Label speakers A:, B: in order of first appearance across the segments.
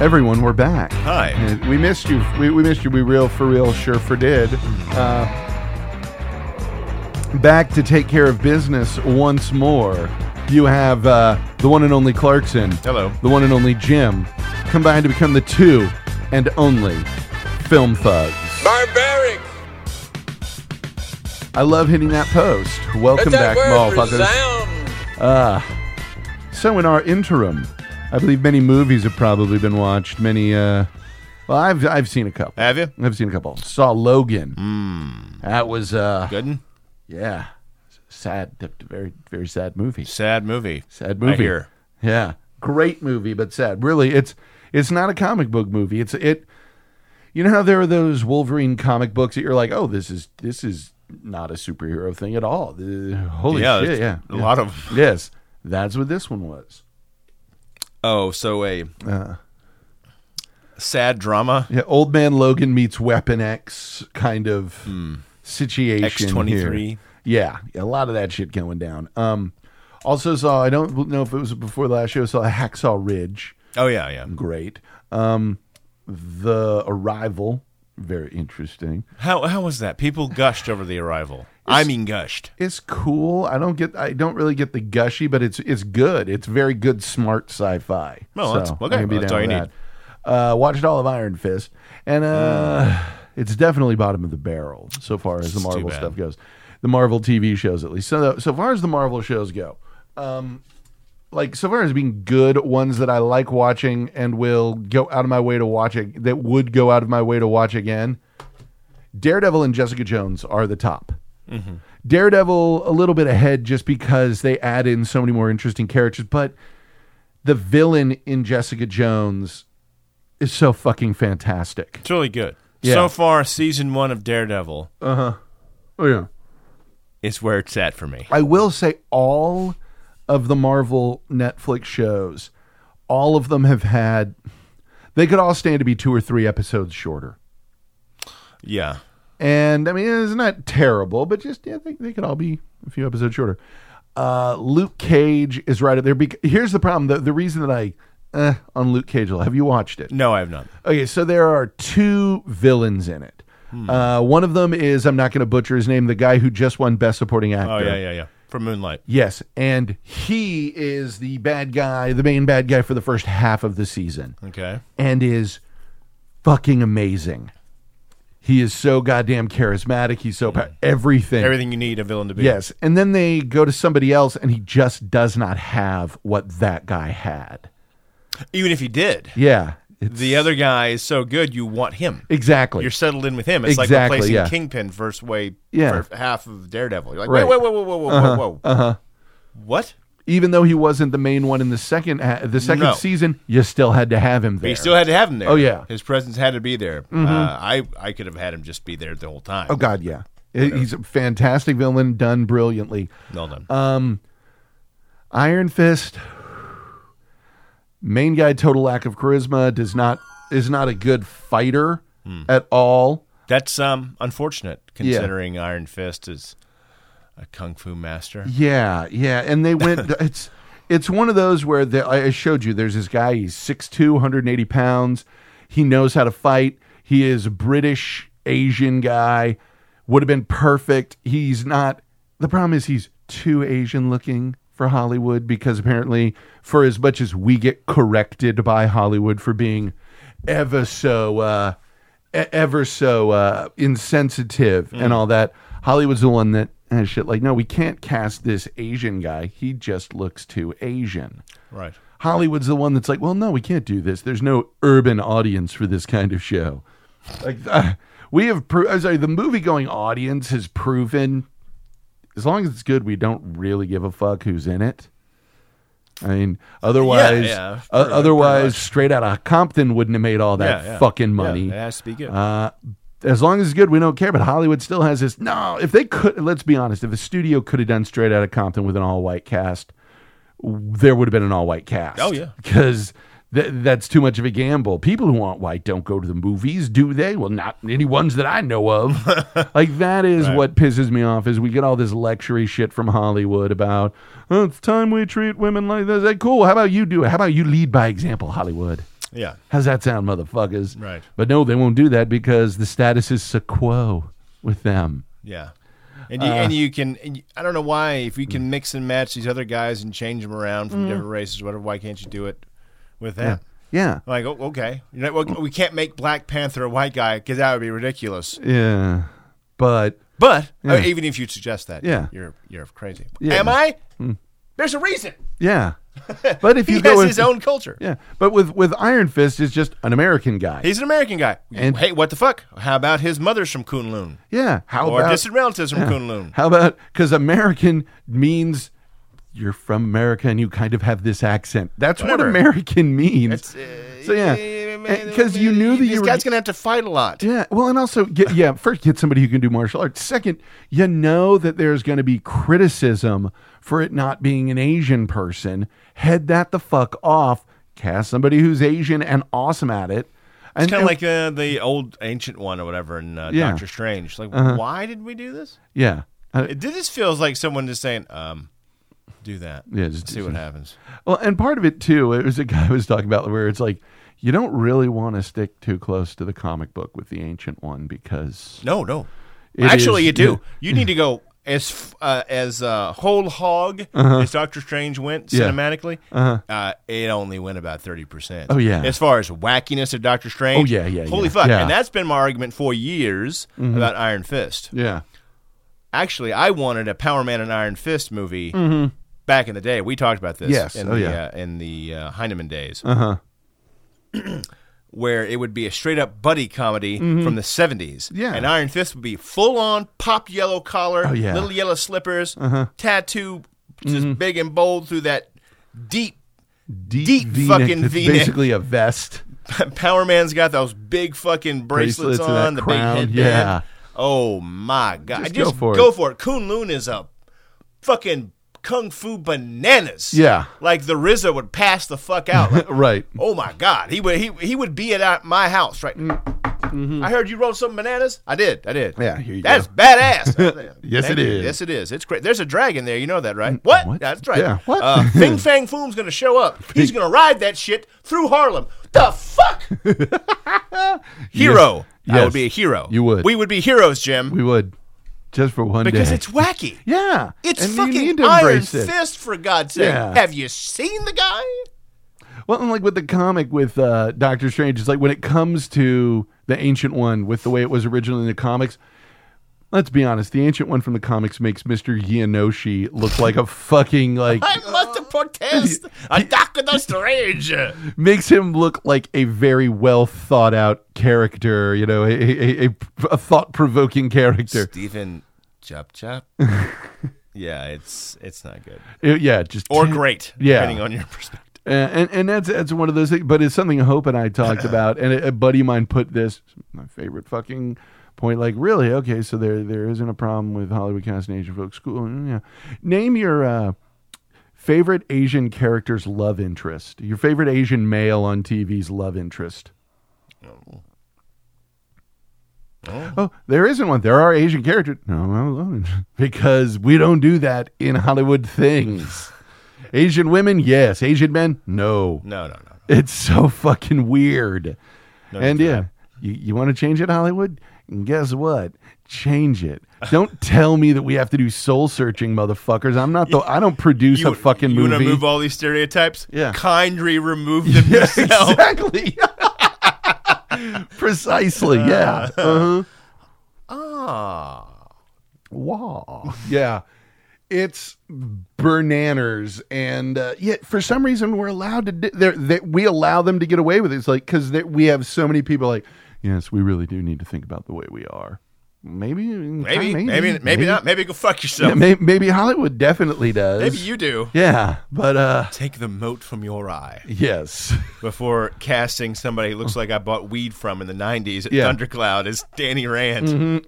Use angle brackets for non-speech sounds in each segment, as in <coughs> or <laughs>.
A: Everyone, we're back.
B: Hi.
A: And we missed you. We, we missed you. We real for real, sure for did.
B: Hmm.
A: Uh, back to take care of business once more. You have uh, the one and only Clarkson.
B: Hello.
A: The one and only Jim. Combined to become the two and only film thugs.
C: Barbaric.
A: I love hitting that post.
C: Let
A: Welcome back,
C: that word
A: motherfuckers.
C: resound.
A: So, in our interim, I believe many movies have probably been watched. Many, uh, well, I've I've seen a couple.
B: Have you?
A: I've seen a couple. Saw Logan.
B: Hmm.
A: That was, uh,
B: Good. un?
A: yeah, sad, very very sad movie.
B: Sad movie.
A: Sad movie.
B: I hear.
A: Yeah, great movie, but sad. Really, it's it's not a comic book movie. It's it. You know how there are those Wolverine comic books that you're like, oh, this is this is not a superhero thing at all. The- holy
B: yeah,
A: shit!
B: there's
A: Yeah,
B: a
A: yeah.
B: lot of.
A: Yes, that's what this one was.
B: Oh, so a
A: Uh.
B: sad drama.
A: Yeah, old man Logan meets Weapon X kind of
B: Hmm.
A: situation.
B: X-23.
A: here. Yeah, a lot of that shit going down. Um, also saw I don't know if it was before the last show. Saw Hacksaw Ridge.
B: Oh yeah, yeah.
A: Great. Um, the Arrival. Very interesting.
B: How how was that? People gushed over the arrival. I mean, gushed.
A: It's cool. I don't get. I don't really get the gushy, but it's it's good. It's very good, smart sci-fi.
B: Well,
A: so
B: that's- okay,
A: I can be
B: well, that's
A: down
B: all you
A: with that. Uh, watched all of Iron Fist, and uh, it's definitely bottom of the barrel so far as the Marvel
B: bad.
A: stuff goes. The Marvel TV shows, at least. So so far as the Marvel shows go, um, like so far as being good ones that I like watching and will go out of my way to watch it. That would go out of my way to watch again. Daredevil and Jessica Jones are the top. Daredevil a little bit ahead just because they add in so many more interesting characters, but the villain in Jessica Jones is so fucking fantastic.
B: It's really good.
A: Yeah.
B: So far, season one of Daredevil
A: Oh yeah.
B: is where it's at for me.
A: I will say all of the Marvel Netflix shows, all of them have had they could all stand to be two or three episodes shorter.
B: Yeah.
A: And I mean, it's not terrible, but just yeah, they, they could all be a few episodes shorter. Uh, Luke Cage is right up there. Bec- Here's the problem: the, the reason that I eh, on Luke Cage, have you watched it?
B: No, I have not.
A: Okay, so there are two villains in it.
B: Hmm.
A: Uh, one of them is I'm not going to butcher his name, the guy who just won Best Supporting Actor.
B: Oh yeah, yeah, yeah. From Moonlight.
A: Yes, and he is the bad guy, the main bad guy for the first half of the season
B: Okay.
A: and is fucking amazing. He is so goddamn charismatic. He's so pow- everything.
B: Hmm. Everything you need a villain to be.
A: Yes, and then they go to somebody else, and he just does not have what that guy had.
B: Even if he did,
A: Yeah, it's-
B: the other guy is so good, you want him.
A: exactly.
B: You're settled in with him. It's like
A: Exactly,
B: replacing
A: yeah.
B: Kingpin first way
A: Yeah.
B: for half of Daredevil. You're like,
A: Right.
B: wait, wait, wait, whoa, whoa, whoa, whoa, whoa. Uh-huh. What?
A: Even though he wasn't the main one in the second ha- the second
B: No.
A: season, you still had to have him
B: But
A: there.
B: you still had to have him there.
A: Oh, yeah. Mm-hmm.
B: his presence had to be there. Uh, I I could have had him just be there the whole time.
A: oh God, yeah. He- He's a fantastic villain, done brilliantly.
B: Well done.
A: Uh, Iron Fist, main guy, total lack of charisma. Does not is not a good fighter
B: Hmm.
A: at all.
B: That's um unfortunate considering Iron Fist is a kung fu master.
A: Yeah, yeah, and they went. it's it's one of those where the, I I showed you. There's this guy. He's 6'2", 180 pounds. He knows how to fight. He is a British Asian guy. Would have been perfect. He's not. The problem is he's too Asian looking for Hollywood because apparently, for as much as we get corrected by Hollywood for being ever so uh, e- ever so uh, insensitive
B: Mm.
A: and all that. Hollywood's the one that has shit like, no, we can't cast this Asian guy. He just looks too Asian.
B: Right.
A: Hollywood's the one that's like, well, no, we can't do this. There's no urban audience for this kind of show. Like, uh, we have, pro- I'm sorry, the movie going audience has proven as long as it's good, we don't really give a fuck who's in it. I mean, otherwise,
B: yeah, pretty-
A: uh,
B: pretty much.
A: otherwise, straight out of Compton wouldn't have made all that
B: Yeah, yeah.
A: fucking money.
B: Yeah, it has to be good.
A: Uh, as long as it's good, we don't care. But Hollywood still has this. No, if they could, let's be honest. If a studio could have done Straight Outta Compton with an all-white cast, w- there would have been an all-white cast.
B: Oh, yeah.
A: because th- that's too much of a gamble. People who aren't white don't go to the movies, do they? Well, not any ones that I know
B: <laughs>
A: of. like that is what pisses me off. Is we get all this luxury shit from Hollywood about oh, it's time we treat women like this. Hey, cool. How about you do it? How about you lead by example, Hollywood?
B: Yeah.
A: How's that sound, motherfuckers?
B: Right.
A: But no, they won't do that because the status is sequo with them.
B: Yeah. And
A: uh,
B: you, and you can, and you- I don't know why, if
A: Mm.
B: you can mix and match these other guys and change them around from different races, whatever, why can't you do it with them?
A: Yeah.
B: Like, oh, okay. You know, well, we can't make Black Panther a white guy because that would be ridiculous.
A: Yeah. But
B: But I mean, even if you suggest that,
A: Yeah.
B: you're you're crazy.
A: Yeah.
B: Am I? There's a reason. <laughs>
A: yeah. But if you
B: He
A: go
B: has
A: with-
B: his own culture.
A: Yeah. But with with Iron Fist is just an American guy.
B: He's an American guy.
A: And-
B: hey, what the fuck? How about his mother's from Kunlun?
A: yeah. How
B: Or
A: about
B: distant relatives from Kunlun?
A: How about because American means you're from America and you kind of have this accent. That's
B: Whatever.
A: what American means.
B: It's, uh,
A: so yeah, because you knew that
B: these
A: you were.
B: guy's gonna have to fight a lot.
A: yeah, well, and also get yeah. First, get somebody who can do martial arts. Second, you know that there's going to be criticism for it not being an Asian person. Head that the fuck off. Cast somebody who's Asian and awesome at it. And,
B: It's
A: and-
B: kind of like uh, the old ancient one or whatever in uh,
A: Yeah. Uh-huh.
B: Doctor Strange. Like, why did we do this?
A: yeah, Uh,
B: It, this feels like someone just saying, um, do that.
A: Yeah, just-
B: see what happens.
A: Well, and part of it too, it was a guy was talking about where it's like you don't really want to stick too close to the comic book with the ancient one because
B: No, no.
A: It
B: Actually,
A: is-
B: you do. <laughs> You need to go as f- uh, as uh, whole hog as Doctor Strange went
A: Uh-huh. Yeah. Uh-huh.
B: cinematically. uh it only went about thirty percent.
A: Oh, yeah.
B: As far as wackiness of Doctor Strange.
A: Oh, yeah, yeah,
B: Holy
A: yeah.
B: fuck!
A: Yeah. Mm-hmm.
B: And that's been my argument for years about Iron Fist.
A: yeah,
B: Actually, I wanted a Power Man and Iron Fist movie back in the day. We talked about this.
A: Mm-hmm. Yes.
B: In
A: Oh,
B: the,
A: yeah. Uh-huh.
B: Uh, in the uh, Heinemann days. Uh huh. <clears throat> Where it would be a straight up buddy comedy from the 70s.
A: Mm-hmm. Yeah.
B: And Iron Fist would be full on pop yellow collar,
A: Oh, yeah. Uh-huh. Mm-hmm.
B: little yellow slippers, tattoo just big and bold through that deep.
A: deep,
B: Deep
A: V-neck
B: fucking
A: that's
B: V-neck.
A: basically a vest.
B: <laughs> Power Man's got those big fucking bracelets,
A: Bracelets and that
B: on, the
A: crown,
B: big headband.
A: yeah.
B: Oh my God.
A: Just
B: Just,
A: go for
B: go
A: it.
B: for it. Kunlun is a fucking kung fu bananas.
A: Yeah.
B: Like the RZA would pass the fuck out. Like,
A: Right.
B: oh my god, he would he he would be at uh, my house right now. I heard you rolled some bananas. I did. I did.
A: Mm-hmm. Yeah, here you
B: That's
A: go.
B: badass.
A: <laughs> Yes,
B: Thank
A: it
B: you.
A: is. Mm,
B: Yes, it is. It's great. There's a dragon there. You know that, right? What?
A: what?
B: That's right.
A: Yeah, what?
B: Uh,
A: <laughs>
B: Fing Fang Foom's gonna show up. He's gonna ride that shit through Harlem. The
A: <laughs>
B: fuck? hero. I
A: Yes.
B: would be a hero.
A: You would.
B: We would be heroes, Jim.
A: We would just for one
B: because
A: day.
B: it's wacky.
A: yeah,
B: It's
A: and you need
B: fucking
A: to
B: Iron
A: embrace it.
B: Fist, for God's sake.
A: Yeah.
B: Have you seen the guy?
A: Well, and like with the comic with uh, Doctor Strange, it's like when it comes to the Ancient One with the way it was originally in the comics. Let's be honest, the Ancient One from the comics makes Mister Yanoshi look like a fucking
B: <laughs>
A: like
B: I must
A: <laughs>
B: protest. A Doctor Strange.
A: makes him look like a very well thought out character, you know, a, a, a, thought provoking character.
B: Stephen Chop Chop.
A: <laughs>
B: yeah, it's it's not good
A: Uh, yeah, just
B: or great,
A: Yeah.
B: depending on your perspective.
A: Uh, and and that's that's one of those things. But it's something Hope and I talked about, and a, a buddy of mine put this my favorite fucking point. Like, really? Okay, so there there isn't a problem with Hollywood casting Asian folks. School. Mm, Yeah. Name your. Uh, Favorite Asian character's love interest. Your favorite Asian male on TV's love interest. Oh, there isn't one. There are Asian characters. No, I'm alone. <laughs> Because we don't do that in Hollywood things. Asian women, yes. Asian men, no.
B: No, no, no.
A: It's so fucking weird.
B: No
A: and
B: need for
A: yeah, you, you want to change it, Hollywood? And guess what? Change it. Don't tell me that we have to do soul searching, motherfuckers. I'm not the. I don't produce a fucking
B: you
A: movie. <laughs>
B: to move all these stereotypes?
A: Yeah. <laughs>
B: Kindly remove them yourself.
A: exactly. <laughs> Precisely.
B: <laughs>
A: Yeah. Uh-huh.
B: Ah.
A: Wow. Yeah. It's bernaners, and uh, yet for some reason we're allowed to. Di- they're- they, we allow them to get away with it. It's like because we have so many people like, yes, we really do need to think about the way we are. Maybe, mm,
B: Maybe, maybe, maybe, not. Maybe go fuck yourself.
A: Yeah, may- maybe, Hollywood definitely does.
B: maybe you do.
A: Yeah, but uh,
B: Take the mote from your eye.
A: yes,
B: before casting somebody who looks like I bought weed from in the 90s at
A: Oh. Yeah.
B: Thundercloud as Danny Rand.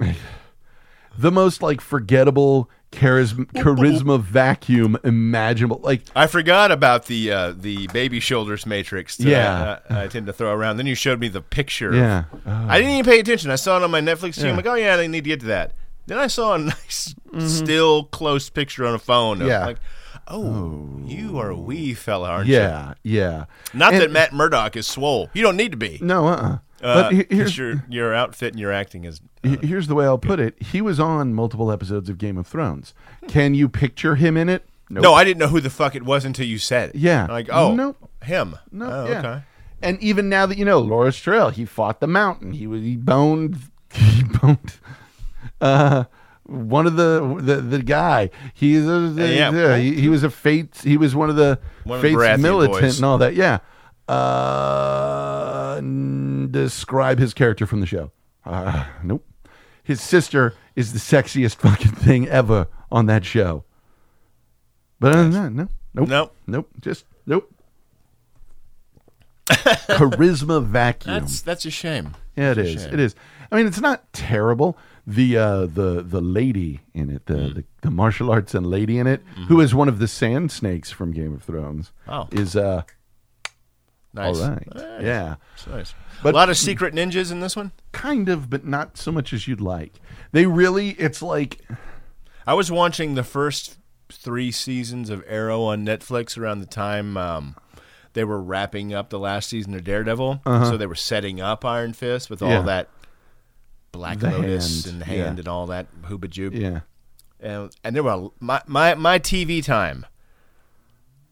A: the most like forgettable charisma charisma vacuum imaginable. Like
B: I forgot about the uh, the baby shoulders matrix that
A: Yeah.
B: I, I, I tend to throw around. Then you showed me the picture.
A: Yeah. Oh.
B: I didn't even pay attention. I saw it on my Netflix team. Like, oh, yeah, they <laughs> need to get to that. Then I saw a nice, still close picture on a phone. Of,
A: Mm-hmm. Yeah.
B: Like, Oh, you are a wee fella, aren't you?
A: Yeah, yeah.
B: Not
A: And-
B: that Matt Murdock is swole. You don't need to be.
A: No, uh. uh
B: Uh,
A: but he- here's
B: it's your your outfit and your acting is. uh,
A: he- here's the way I'll put it. He was on multiple episodes of Game of Thrones. Can you picture him in it?
B: No, I didn't know who the fuck it was until you said it.
A: Yeah.
B: Like, oh,
A: Nope.
B: him.
A: No,
B: Oh,
A: yeah.
B: okay.
A: And even now that you know, Laura Strell, he fought the mountain. He was he boned <laughs> he boned uh one of the the, the guy. He's a,
B: Uh, Yeah.
A: yeah, he, he was a fates he was one of the
B: One of the
A: fates
B: Baratheon
A: militant
B: boys.
A: and all that. Yeah. Uh n- describe his character from the show. Uh, nope. His sister is the sexiest fucking thing ever on that show. But other than that, no. Nope.
B: Nope.
A: Nope. Just nope.
B: <laughs>
A: Charisma vacuum.
B: That's that's a shame.
A: yeah, it
B: that's a
A: is.
B: shame.
A: It is. I mean, it's not terrible. The uh, the the lady in it, the,
B: Mm.
A: the the martial arts and lady in it, who is one of the sand snakes from Game of Thrones,
B: Mm-hmm. Oh.
A: is uh
B: Nice.
A: all right.
B: Nice.
A: Yeah,
B: It's nice.
A: But-
B: a lot of secret ninjas in this one.
A: kind of, but not so much as you'd like. They really, it's like
B: I was watching the first three seasons of Arrow on Netflix around the time um, they were wrapping up the last season of Daredevil. So they were setting up Iron Fist with all
A: Uh-huh. Yeah.
B: that Black
A: The
B: Lotus
A: hand,
B: and the hand
A: yeah.
B: and all that hooba joob.
A: yeah,
B: And, and there were my, my, my TV time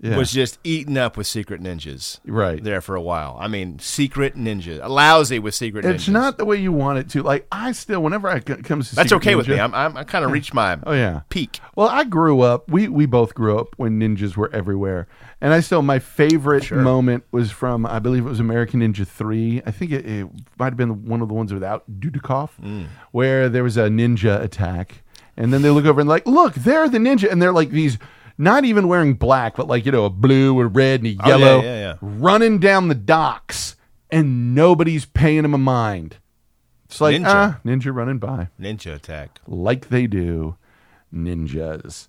A: yeah,
B: was just eaten up with secret ninjas.
A: right.
B: There for a while. I mean, secret ninjas. Lousy with secret ninjas.
A: It's not the way you want it to. Like I still, whenever I c- comes to
B: That's
A: Secret
B: okay with
A: Ninja-
B: me. I'm, I'm, I kind of reached my
A: oh yeah,
B: peak.
A: Well, I grew up. We we both grew up when ninjas were everywhere, and I still my favorite moment was from I believe it was American Ninja Three. I think it, it might have been one of the ones without Dudikoff,
B: Mm.
A: where there was a ninja attack, and then they look over and like, look, they're the ninja, and they're like these. Not even wearing black, but like, you know, a blue, a red, and a
B: Oh, yeah,
A: yellow,
B: yeah, yeah.
A: running down the docks, and nobody's paying them a mind. It's like,
B: Ninja.
A: ah, ninja running by,
B: Ninja attack.
A: like they do ninjas.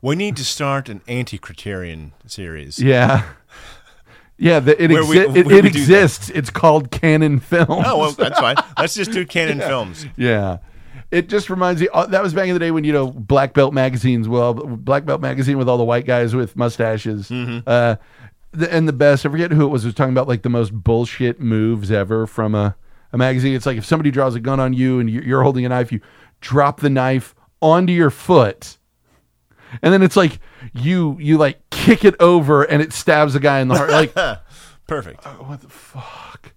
B: We need to start an anti-criterion series.
A: Yeah. Yeah, the, it,
B: Where we-
A: exi- it,
B: where
A: it
B: we do that.
A: exists. It's called canon films.
B: Oh, well, that's fine. Let's just do canon films.
A: yeah. It just reminds me. Uh, that was back in the day when you know Black Belt magazines. Well, Black Belt magazine with all the white guys with mustaches.
B: Mm-hmm.
A: Uh, the, and the best. I forget who it was. Was talking about like the most bullshit moves ever from a a magazine. It's like if somebody draws a gun on you and you- you're holding a knife, you drop the knife onto your foot, and then it's like you you like kick it over and it stabs a guy in the heart. Like
B: Perfect.
A: what the fuck?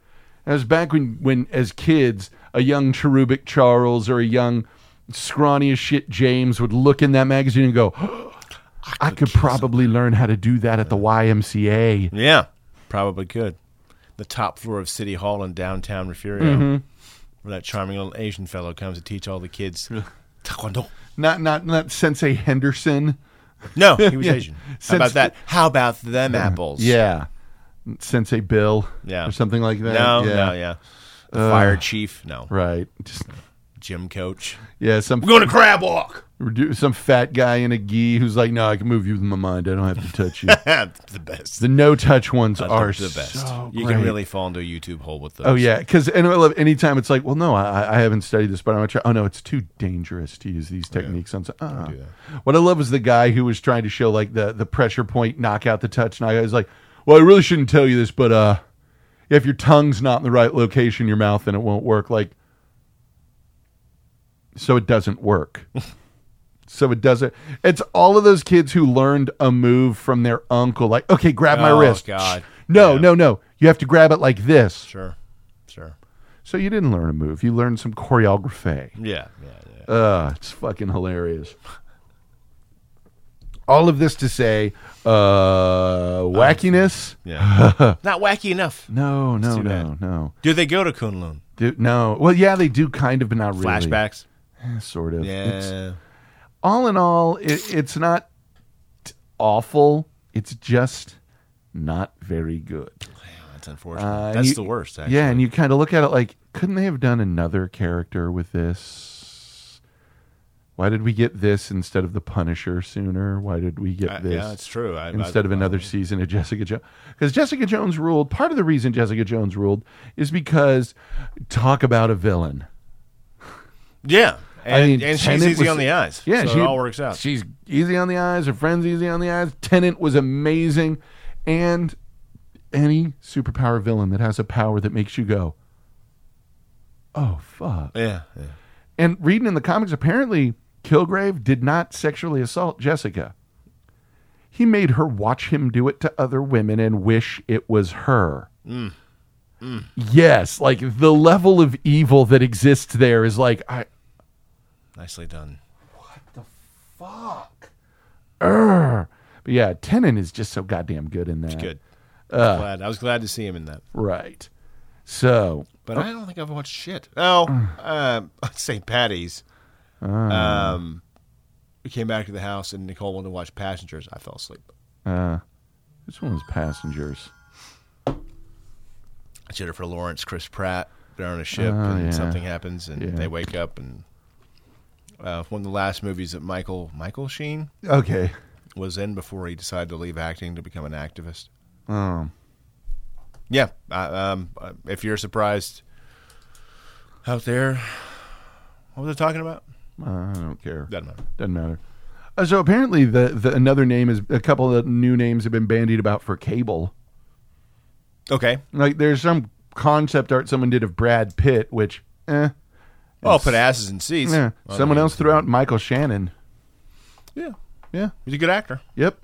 A: That was back when, when as kids, a young cherubic Charles or a young scrawny as shit James would look in that magazine and go, <gasps> I could probably learn how to do that at the YMCA.
B: Yeah, probably could. The top floor of City Hall in downtown Refugio,
A: Mm-hmm.
B: where that charming little Asian fellow comes to teach all the kids taekwondo.
A: Not not not Sensei Henderson.
B: No, he
A: <laughs>
B: was Asian. How
A: Since-
B: about that? How about them apples?
A: Yeah. Sensei Bill.
B: Yeah.
A: Or something like that.
B: No,
A: yeah. Uh,
B: no, yeah. The fire chief. No.
A: Right. Just
B: Gym coach.
A: yeah, some
B: We're going to crab <laughs> walk.
A: some fat guy in a gi who's like, No, I can move you with my mind. I don't have to
B: <laughs>
A: touch you.
B: the best.
A: the no touch ones are
B: the best.
A: so
B: you can
A: great.
B: really fall into a YouTube hole with those.
A: Oh yeah, because and I love anytime it's like, well, no, I, I haven't studied this, but I'm gonna try. Oh no, it's too dangerous to use these techniques on. so- Uh, what I love is the guy who was trying to show like the the pressure point, knock out the touch, and I was like, well, I really shouldn't tell you this, but uh, if your tongue's not in the right location, in your mouth, then it won't work. Like, so it doesn't
B: <laughs>
A: work. So it doesn't. It's all of those kids who learned a move from their uncle. Like, okay, grab my
B: Oh,
A: wrist.
B: God.
A: No,
B: Yeah.
A: no, no. You have to grab it like this.
B: Sure. Sure.
A: So you didn't learn a move. You learned some choreography.
B: Yeah. Yeah. Yeah.
A: Uh, it's fucking hilarious. All of this to say, uh, wackiness. <laughs>
B: Yeah. Not wacky enough.
A: No, no,
B: too
A: no, no,
B: Do they go to Kunlun?
A: Do- no. Well, yeah, they do kind of, but not really.
B: Flashbacks?
A: Eh, sort of. It's,
B: Yeah.
A: all in all, it, it's not t- awful. It's just not very good.
B: That's unfortunate.
A: Uh,
B: That's
A: you-
B: the worst, actually.
A: Yeah, and you kind of look at it like, couldn't they have done another character with this? Why did we get this instead of the Punisher sooner? Why did we get
B: I-
A: this
B: Uh, yeah, it's true. I,
A: instead
B: I-
A: of another season of Jessica Jones? Because Jessica Jones ruled. Part of the reason Jessica Jones ruled is because talk about a villain.
B: Yeah. And,
A: I mean,
B: and she's
A: Tenet
B: easy
A: was-
B: on the eyes.
A: Yeah,
B: so
A: she-
B: it all works out.
A: She's easy on the eyes. Her friend's easy on the eyes. Tenant was amazing, and any superpower villain that has a power that makes you go, "Oh fuck!"
B: yeah, yeah.
A: And reading in the comics, apparently Kilgrave did not sexually assault Jessica. He made her watch him do it to other women and wish it was her. Yes, like the level of evil that exists there is like I
B: Nicely done.
A: fuck. Urgh. But yeah, Tennant is just so goddamn good in that.
B: Good. I
A: Uh,
B: was glad. I was glad to see him in that.
A: Right. So
B: But I don't think I've watched shit. Oh,
A: <clears throat>
B: uh, <laughs> St. Patty's.
A: Ah.
B: Um, we came back to the house and Nicole wanted to watch Passengers. I fell asleep.
A: uh, this one was passengers.
B: Jennifer Lawrence, Chris Pratt, they're on a ship
A: Oh,
B: and
A: yeah.
B: something happens and
A: Yeah.
B: they wake up and uh, one of the last movies that Michael Michael Sheen
A: Okay.
B: was in before he decided to leave acting to become an activist.
A: Um.
B: Yeah, I, um, uh, if you're surprised out there, what was I talking about?
A: I don't care.
B: Doesn't matter.
A: Doesn't matter. Uh, so apparently, the, the another name is a couple of new names have been bandied about for Cable.
B: Okay,
A: Like there's some concept art someone did of Brad Pitt, which eh,
B: well, I'll put asses in seats.
A: eh.
B: Well,
A: someone
B: I mean,
A: else threw out Michael Shannon.
B: Yeah,
A: Yeah.
B: he's a good actor.
A: Yep.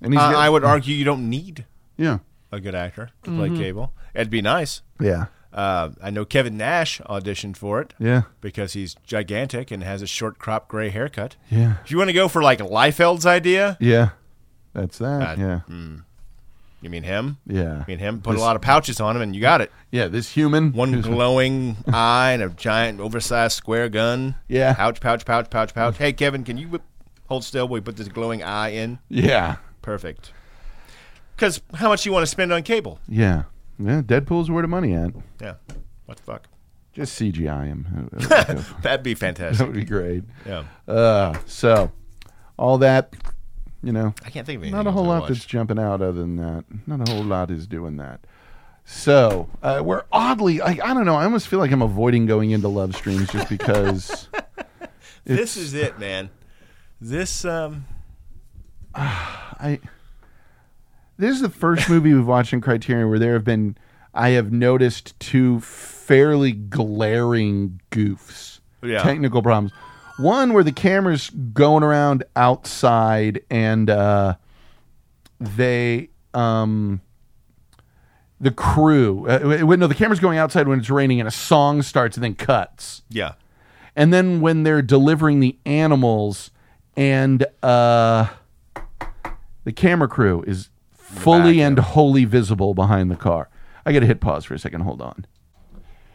A: And he's
B: Uh,
A: got-
B: I would argue you don't need
A: yeah
B: a good actor to play
A: Mm-hmm.
B: Cable. It'd be nice.
A: yeah
B: Uh, I know Kevin Nash auditioned for it.
A: yeah
B: because he's gigantic and has a short crop gray haircut.
A: yeah
B: If you want to go for like Liefeld's idea,
A: yeah. That's that.
B: Uh,
A: yeah.
B: you mean him?
A: Yeah.
B: You mean him? Put a lot of pouches on him and you got it.
A: Yeah, this human.
B: One
A: who's-
B: glowing <laughs> eye and a giant oversized square gun.
A: Yeah.
B: Pouch, pouch, pouch, pouch, pouch. Hey, Kevin, can you whip- hold still while we put this glowing eye in?
A: yeah.
B: Perfect. Because how much you want to spend on cable?
A: Yeah. Yeah. Deadpool's where the money at.
B: Yeah. What the fuck?
A: Just CGI
B: <laughs>
A: him. that
B: That'd be
A: <laughs>
B: fantastic.
A: would be great.
B: Yeah.
A: Uh, so, all that, you know,
B: I can't think of anything.
A: not a
B: else
A: whole
B: I
A: lot
B: watched.
A: that's jumping out other than that. Not a whole lot is doing that. So, uh, we're oddly, I, I don't know, I almost feel like I'm avoiding going into love streams just because
B: This is it, man. This, um,
A: I. This is the first movie we've watched in Criterion where there have been, I have noticed two fairly glaring goofs,
B: Yeah.
A: technical problems. One where the camera's going around outside and uh, they, um, the crew, uh, w- w- no, the camera's going outside when it's raining and a song starts and then cuts
B: yeah.
A: and then when they're delivering the animals and uh the camera crew is fully and wholly visible behind the car i gotta hit pause for a second hold on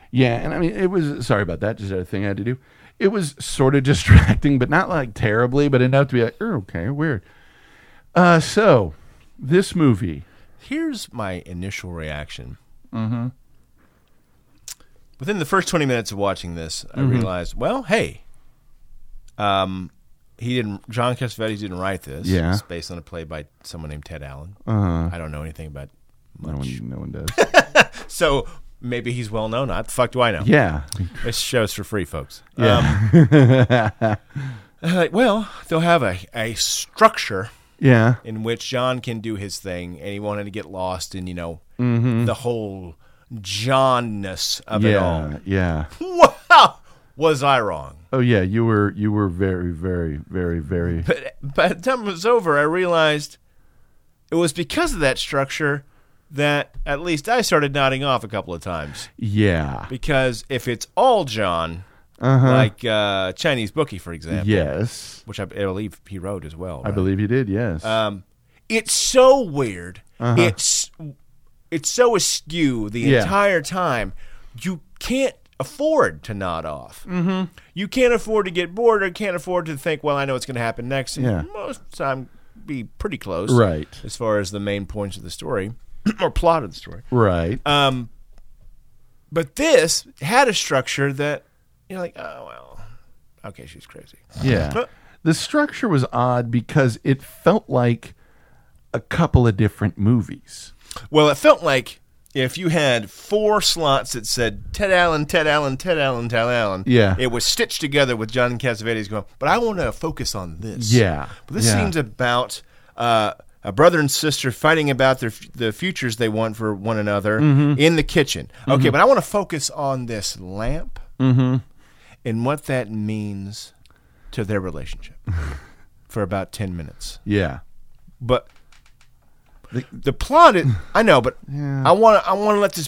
A: yeah and i mean it was sorry about that just had a thing i had to do it was sort of <laughs> distracting but not like terribly but enough to be like "Oh, okay weird uh so this movie
B: Here's my initial reaction. Mm-hmm. Within the first 20 minutes of watching this, I
A: Mm-hmm.
B: realized, well, hey, um, he didn't. John Cassavetes didn't write this.
A: Yeah. Uh-huh.
B: it's based on a play by someone named Ted Allen. I don't know anything about.
A: no one, no one does
B: So maybe he's well known. How the fuck do I know?
A: <laughs> yeah
B: This show's for free, folks.
A: yeah
B: Um, <laughs> like, well, they'll have a, a structure
A: yeah
B: in which John can do his thing, and he wanted to get lost in you know the whole Johnness of it all.
A: yeah yeah
B: Wow, was I wrong?
A: oh yeah you were you were very very very very
B: But by the time it was over, I realized it was because of that structure that at least I started nodding off a couple of times.
A: Yeah.
B: Because if it's all John, like uh, Chinese Bookie, for example,
A: Yes.
B: which I believe he wrote as well,
A: I
B: right?
A: believe you did. Yes.
B: um, it's so weird. It's it's so askew the
A: Uh-huh. Yeah.
B: entire time. You can't afford to nod off. Mm-hmm. You can't afford to get bored or can't afford to think, well, I know what's going to happen next. And
A: Yeah.
B: Most of the time, be pretty close.
A: Right.
B: As far as the main points of the story <clears throat> or plot of the story.
A: right.
B: Um, but this had a structure that you're like, oh, well, okay, she's crazy.
A: yeah. The structure was odd because it felt like a couple of different movies.
B: Well, it felt like if you had four slots that said Ted Allen, Ted Allen, Ted Allen, Ted Allen,
A: Yeah.
B: it was stitched together with John Cassavetes going, but I want to focus on this.
A: Yeah.
B: But this
A: Yeah.
B: seems about uh, a brother and sister fighting about their f- the futures they want for one another
A: Mm-hmm.
B: in the kitchen. Okay, but I want to focus on this lamp
A: Mm-hmm.
B: and what that means to
A: <laughs>
B: their relationship for about 10 minutes
A: Yeah.
B: but the, plot is I
A: <sighs>
B: know, but I want to I want to let this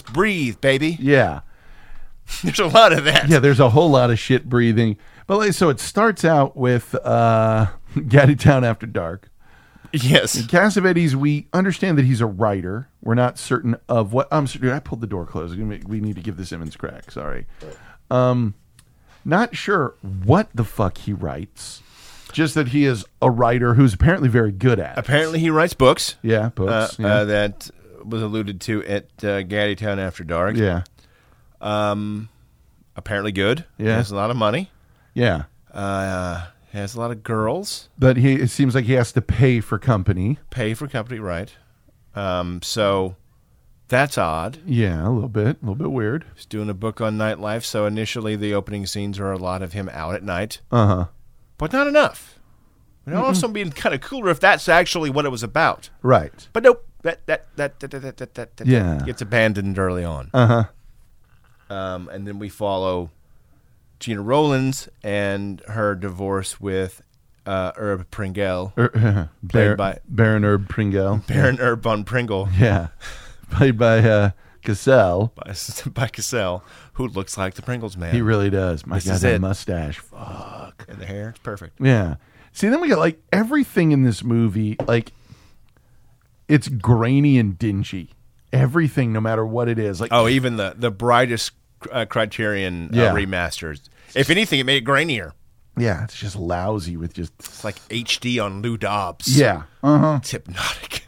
A: <laughs>
B: breathe, baby.
A: Yeah.
B: There's a lot of that.
A: Yeah, there's a whole lot of shit breathing. But like, so it starts out with uh, <laughs> Gaddy Town After Dark.
B: Yes.
A: Cassavetes, we understand that he's a writer. We're not certain of what. I'm sorry, dude, I pulled the door closed. We we need to give this Simmons crack. Sorry. Um, not sure what the fuck he writes. Just that he is a writer who's apparently very good at. it.
B: Apparently, he writes books.
A: yeah, books.
B: uh,
A: yeah.
B: Uh, that was alluded to at uh, Gaddy Town After Dark.
A: yeah,
B: Apparently, good.
A: Yeah.
B: Has a lot of money.
A: yeah.
B: Uh, has a lot of girls.
A: But he it seems like he has to pay for company.
B: Pay for company, right? Um, so that's odd.
A: Yeah, a little bit, a little bit weird.
B: He's doing a book on nightlife. So initially, the opening scenes are a lot of him out at night.
A: Uh huh.
B: but not enough. It would also be kind of cooler if that's actually what it was about.
A: Right.
B: But nope, that that that that that that, that, that
A: Yeah.
B: gets abandoned early on.
A: Uh huh.
B: Um, and then we follow Gina Rollins and her divorce with uh, Herb Pringle,
A: Er, <laughs> Bar-
B: by-
A: Baron Herb Pringle.
B: <laughs> Baron Herb von Pringle
A: Yeah, <laughs> played by uh, Cassell.
B: by, <laughs> by Cassell, who looks like the Pringles man.
A: He really does. My
B: This
A: God,
B: is
A: that
B: it.
A: mustache. Fuck.
B: and the hair, it's perfect.
A: Yeah. See, then we got like everything in this movie, like it's grainy and dingy. Everything, no matter what it is. Like,
B: Oh, even the the brightest uh, Criterion uh,
A: Yeah.
B: remasters. If anything, it made it grainier.
A: yeah, it's just lousy with just.
B: It's like HD on Lou Dobbs.
A: Yeah. Uh huh.
B: It's hypnotic.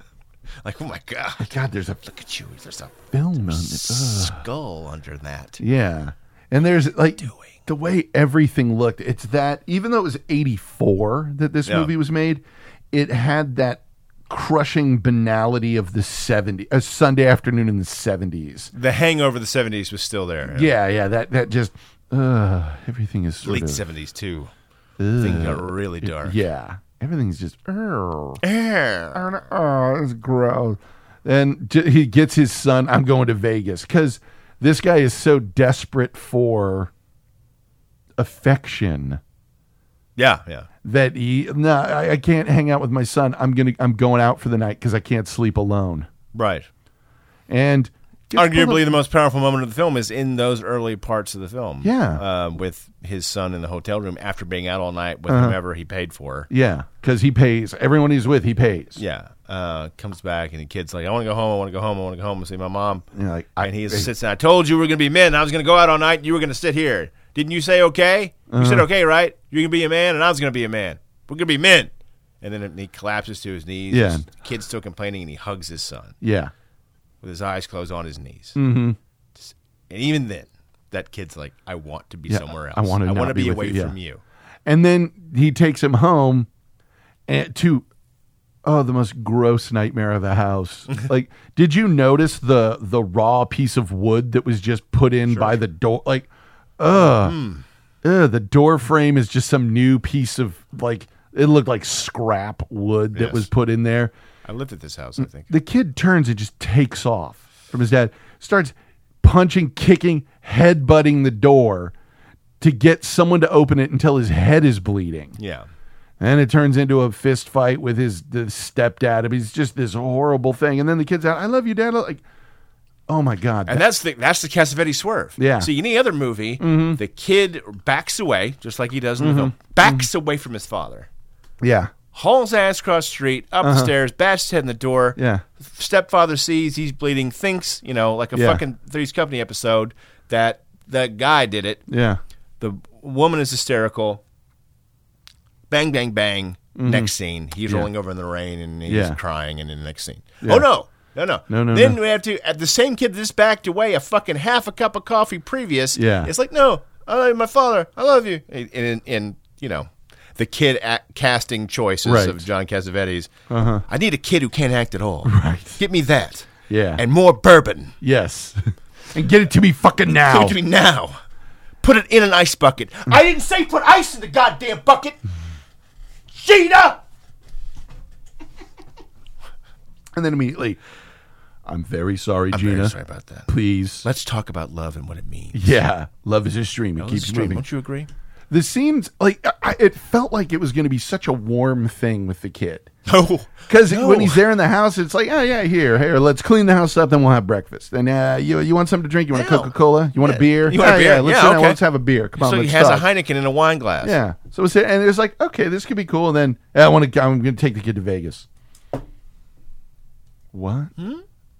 B: <laughs> like, oh my god, <laughs>
A: God, there's a
B: look at you. There's a
A: film on it. Ugh.
B: skull under that.
A: Yeah. And there's like the way everything looked. It's that even though it was 84 that this
B: Yeah.
A: movie was made, it had that crushing banality of the 70s, a Sunday afternoon in the 70s.
B: The hangover of the seventies was still there.
A: Yeah, yeah, that that just uh everything is sort
B: Late
A: of
B: seventies too. Things got really dark.
A: yeah. Everything's just oh,
B: Yeah.
A: oh, it's gross. And j- he gets his son. I'm going to Vegas because this guy is so desperate for affection.
B: Yeah, yeah.
A: that he no I, I can't hang out with my son i'm gonna i'm going out for the night because i can't sleep alone
B: Right.
A: and
B: Arguably, the most powerful moment of the film is in those early parts of the film.
A: Yeah.
B: uh, with his son in the hotel room after being out all night
A: Uh-huh.
B: with whomever he paid for.
A: yeah because he pays everyone he's with he pays
B: Yeah, uh, comes back and the kid's like, "I want to go home. I want to go home. I want to go home and see my mom."
A: And like, I- <laughs>
B: and he sits there. I told you we were going to be men. I was going to go out all night. You were going to sit here. Didn't you say okay? You
A: Uh-huh.
B: said okay, right? You're going to be a man, and I was going to be a man. We're going to be men. And then he collapses to his knees.
A: Yeah.
B: The kid's still complaining, and he hugs his son
A: yeah
B: with his eyes closed on his knees. Mm-hmm. And even then, that kid's like, "I want to be somewhere else.
A: I wanna
B: I
A: not
B: want to
A: be
B: be,
A: with
B: away
A: you." Yeah.
B: from you."
A: and then he takes him home and to oh the most gross nightmare of the house like did you notice the the raw piece of wood that was just put in by the door like ugh ugh, the door frame is just some new piece of like it looked like scrap wood that
B: Yes.
A: was put in there
B: I lived at this house. I think.
A: the kid turns and just takes off from his dad, starts punching, kicking, headbutting the door to get someone to open it until his head is bleeding.
B: Yeah.
A: And it turns into a fist fight with his the stepdad. I mean, it's just this horrible thing. And then the kid's out, I love you, dad. Like, oh my God.
B: And that's the that's the Cassavetes swerve.
A: Yeah. Mm-hmm.
B: See, any other movie, the kid backs away, just like he does in the film, backs
A: Mm-hmm.
B: away from his father,
A: yeah.
B: hauls ass across the street, up the stairs, bashes his head in the door.
A: Uh-huh. Yeah.
B: Stepfather sees he's bleeding, thinks you know, like a
A: Yeah.
B: fucking Three's Company episode that that guy did it.
A: Yeah.
B: The woman is hysterical. Bang, bang, bang. Next scene, he's rolling over in the rain and he's
A: Mm-hmm. Yeah.
B: crying. And then the next scene,
A: Yeah.
B: oh no, no, no,
A: No, no,
B: Then
A: no.
B: we have to at the same kid that's backed away a fucking half a cup of coffee previous.
A: Yeah.
B: it's like no, I love you, my father. I love you. And and, and, you know. The kid act, casting choices
A: Right. Uh-huh. <laughs>
B: of John Cassavetes. I need a kid who can't act at all. Right. Get me that.
A: Yeah.
B: and more bourbon.
A: Yes. <laughs> and get it to me fucking now.
B: Give it to me now. Put it in an ice bucket. I didn't say put ice in the goddamn bucket. Gina!
A: And then immediately, I'm very sorry,
B: I'm
A: Gina.
B: very sorry about that.
A: Please.
B: Let's talk about love and what it means.
A: yeah. Love is a stream. It
B: Let's
A: keeps
B: stream.
A: moving.
B: Don't you agree?
A: This seems like I- I, it felt like it was going to be such a warm thing with the kid.
B: No.
A: Because
B: No.
A: when he's there in the house, it's like, oh yeah, here, here, let's clean the house up, then we'll have breakfast. And uh, you, you want something to drink? You want a
B: No.
A: Coca Cola? You want a beer?
B: You want a
A: "Yeah,
B: beer?
A: Yeah, let's
B: Yeah,
A: sit down,
B: okay."
A: let's have a beer. Come on,
B: so he
A: let's
B: has
A: talk.
B: a Heineken in a wine glass.
A: Yeah. So it's and it was like, okay, this could be cool. And then eh, I want to. I'm going to take the kid to Vegas. What?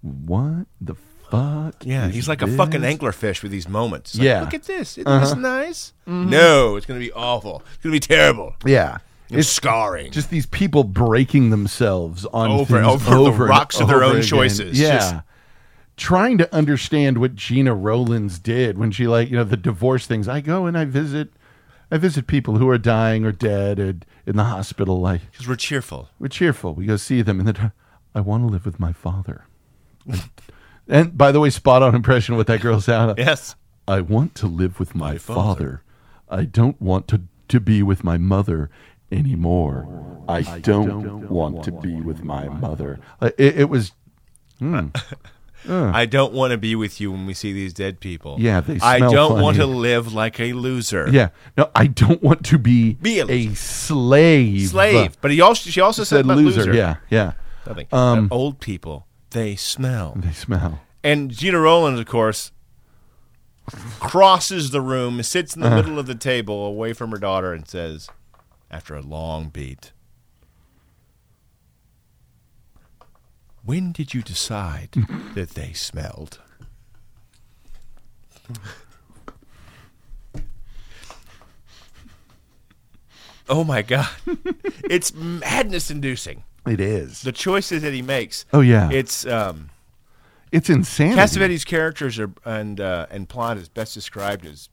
A: What the fuck?
B: Hmm? Yeah,
A: is
B: he's like
A: this?
B: a fucking anglerfish with these moments. It's like,
A: Yeah. Uh-huh. Mm-hmm.
B: look at this. Isn't this nice? No, it's gonna be awful. It's gonna be terrible.
A: Yeah.
B: It's, scarring.
A: Just these people breaking themselves on
B: Over-
A: things
B: over the
A: over and
B: rocks of their
A: over
B: own
A: again.
B: choices.
A: Yeah.
B: Just-
A: Trying to understand what Gina Rowlands did when she like you know the divorce things. I go and I visit, I visit people who are dying or dead or in the hospital. Like
B: because we're cheerful.
A: we're cheerful. We go see them, and then I want to live with my father. and by the way, spot on impression of what that girl sounded.
B: Yes.
A: I want to live with my, father.
B: father.
A: I don't want to, to be with my mother anymore. I, don't, want, to be with my mother. Uh, It, it was. Mm,
B: I don't want to be with you when we see these dead people.
A: Yeah, they
B: I
A: smell
B: don't want to
A: funny.
B: live like a loser.
A: yeah. No, I don't want to be,
B: Be a
A: a slave.
B: Slave. But he also she also said,
A: Said
B: about
A: loser. Yeah. Yeah.
B: I think. But old people, they smell.
A: They smell.
B: And Gina Rowland, of course, crosses the room, sits
A: Uh-huh.
B: in the middle of the table away from her daughter, and says, after a long beat, When did
A: <laughs>
B: you decide that they smelled? Oh
A: <laughs>
B: my God. it's madness inducing.
A: It is.
B: The choices that he makes.
A: Oh, yeah.
B: It's. um
A: It's insanity.
B: Cassavetes' characters are and uh, and plot is best described as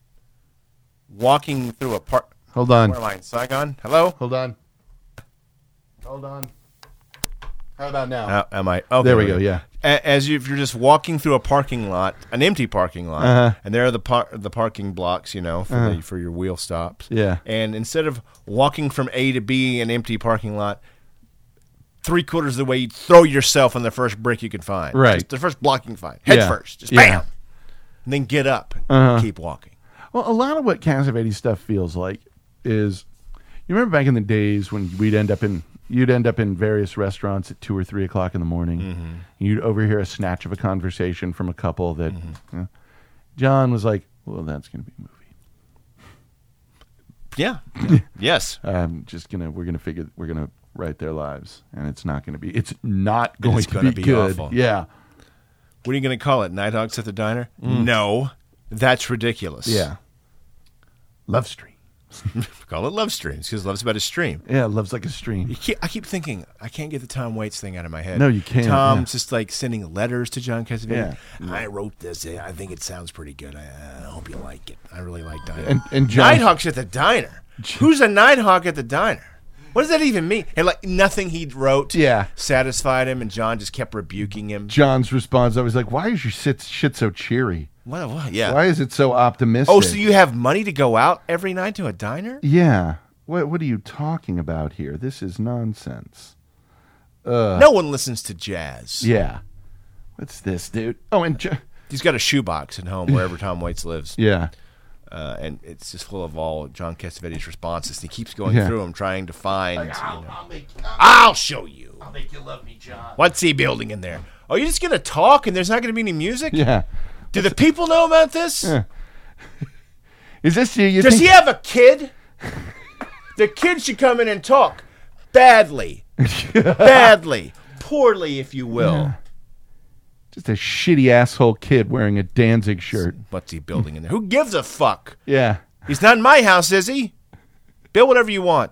B: walking through a park.
A: Hold on.
B: Where am I in Saigon? Hello.
A: Hold on. Hold on. How about now?
B: Uh, am I? Okay,
A: There we go,
B: okay.
A: yeah.
B: A- as you, if you're just walking through a parking lot, an empty parking lot,
A: Uh-huh.
B: and there are the par- the parking blocks, you know, for the, for your wheel stops.
A: Yeah.
B: And instead of walking from A to B in an empty parking lot, three quarters of the way, you throw yourself on the first brick you can find.
A: Right.
B: Just the first block you can find, head
A: Yeah.
B: first, just
A: Yeah. Uh-huh.
B: bam, and then get up, and keep walking.
A: Well, a lot of what Cassavetes stuff feels like is you remember back in the days when we'd end up in you'd end up in various restaurants at two or three o'clock in the morning. and You'd overhear a snatch of a conversation from a couple that Yeah. John was like, "Well, that's going to be a movie.
B: Yeah. <laughs> yes.
A: I'm just gonna we're gonna figure we're gonna write their lives, and it's not going to be it's not going to
B: gonna
A: be,
B: be
A: good.
B: awful.
A: Yeah,
B: What are you going to call it? Night Dogs at the Diner? No. That's ridiculous.
A: Mm. yeah. Love stream.
B: call it Love Streams because Love's about a stream.
A: Yeah, love's like a
B: You
A: stream.
B: keep, I keep thinking, I can't get the Tom Waits thing out of my head.
A: No, you can't,
B: Tom's just like sending letters to John Cassavetes.
A: Yeah.
B: I wrote this. I think it sounds pretty good. I, I hope you like it. I really like Diner.
A: And <laughs> and John
B: Nighthawks at the Diner? Who's a Nighthawk at the Diner? What does that even mean? And like nothing he wrote
A: Yeah.
B: satisfied him, and John just kept rebuking him.
A: John's response, I was like, "Why is your shit, shit so cheery?
B: What? what? Yeah.
A: Why is it so optimistic?"
B: Oh, so you have money to go out every night to a diner?
A: yeah. What What are you talking about here? This is nonsense.
B: no one listens to jazz.
A: Yeah. What's this, dude? Oh, and jo-
B: He's got a shoebox at
A: <laughs>
B: home wherever Tom Waits lives,
A: yeah,
B: uh, and it's just full of all John Cassavetes' responses. And he keeps going
A: Yeah.
B: through them, trying to find. you know, I'll,
C: make, I'll,
B: show you.
C: I'll make you love me, John.
B: What's he building in there? Oh, you're just gonna talk, and there's not gonna be any music.
A: yeah.
B: Do the people know about this?
A: Is this you? you
B: Does
A: think-
B: he have a
A: <laughs>
B: kid? the kid should come in and talk badly,
A: <laughs>
B: badly, poorly, if you will.
A: just a shitty asshole kid wearing a Danzig shirt?
B: What's he building in there? Who gives a fuck?
A: Yeah.
B: He's not in my house, is he? Build whatever you want.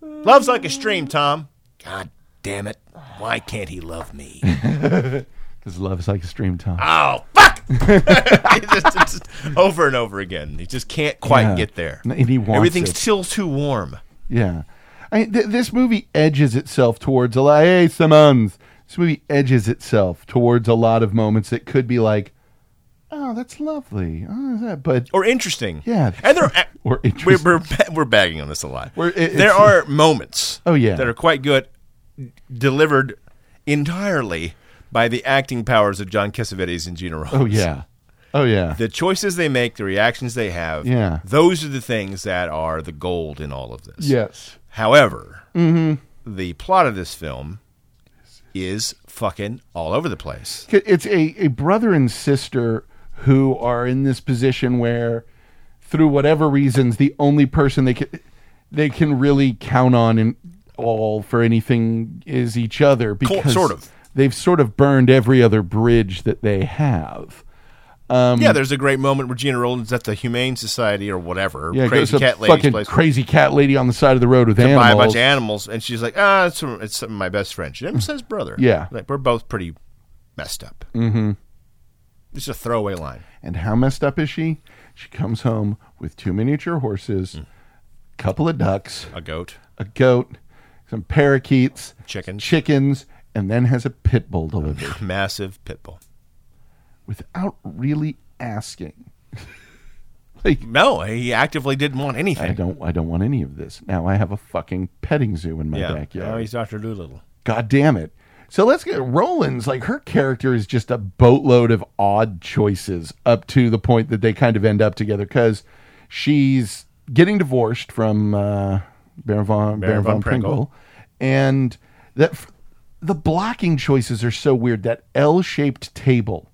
B: Love's like a stream, Tom. God damn it. Why can't he love me?
A: <laughs> Because love is like a stream, Tom.
B: oh, fuck! <laughs> It's just- it's just over and over again. He just can't quite
A: Yeah.
B: get there.
A: And he wants
B: Everything's
A: it.
B: still too warm.
A: Yeah. I, th- this movie edges itself towards a like, hey, Simmons, this movie edges itself towards a lot of moments that could be like, oh, that's lovely, oh, that, but
B: or interesting.
A: Yeah.
B: and there are,
A: Or
B: we're,
A: interesting.
B: we're ba- we're bagging on this a lot.
A: We're- it-
B: there
A: it's-
B: are moments,
A: Oh, yeah.
B: that are quite good, delivered entirely by the acting powers of John Cassavetes and Gina Rollins.
A: Oh yeah, oh yeah.
B: The choices they make, the reactions they have,
A: Yeah.
B: those are the things that are the gold in all of this.
A: Yes.
B: However,
A: Mm-hmm.
B: the plot of this film is fucking all over the place.
A: It's a, a brother and sister who are in this position where, through whatever reasons, the only person they can they can really count on in all for anything is each other because
B: sort of.
A: they've sort of burned every other bridge that they have. Mm-hmm.
B: yeah, there's a great moment where Gina Rollins at the Humane Society or whatever
A: Yeah,
B: crazy
A: goes to
B: cat lady's
A: fucking
B: place
A: crazy cat lady on the side of the road with
B: buy a
A: animals. Mm.
B: bunch of animals, and she's like, ah, it's from, it's from my best friend. She never says brother.
A: Yeah.
B: like, we're both pretty messed up. Mm-hmm. It's a throwaway line.
A: and how messed up is she? She comes home with two miniature horses,
B: Hmm.
A: couple of ducks.
B: A goat.
A: a goat, some parakeets,
B: Chickens.
A: chickens, and then has a pit bull delivered
B: <laughs> Massive pit bull.
A: without really asking. <laughs> like
B: No, he actively didn't want
A: I
B: anything.
A: don't, I don't want any of this. Now I have a fucking petting zoo in my backyard.
B: Oh, he's Doctor Doolittle.
A: God damn it. So let's get Roland's like her character is just a boatload of odd choices up to the point that they kind of end up together because she's getting divorced from uh, Baron von, Baron von,
B: von
A: Pringle.
B: Pringle.
A: and that f- the blocking choices are so weird. That L-shaped table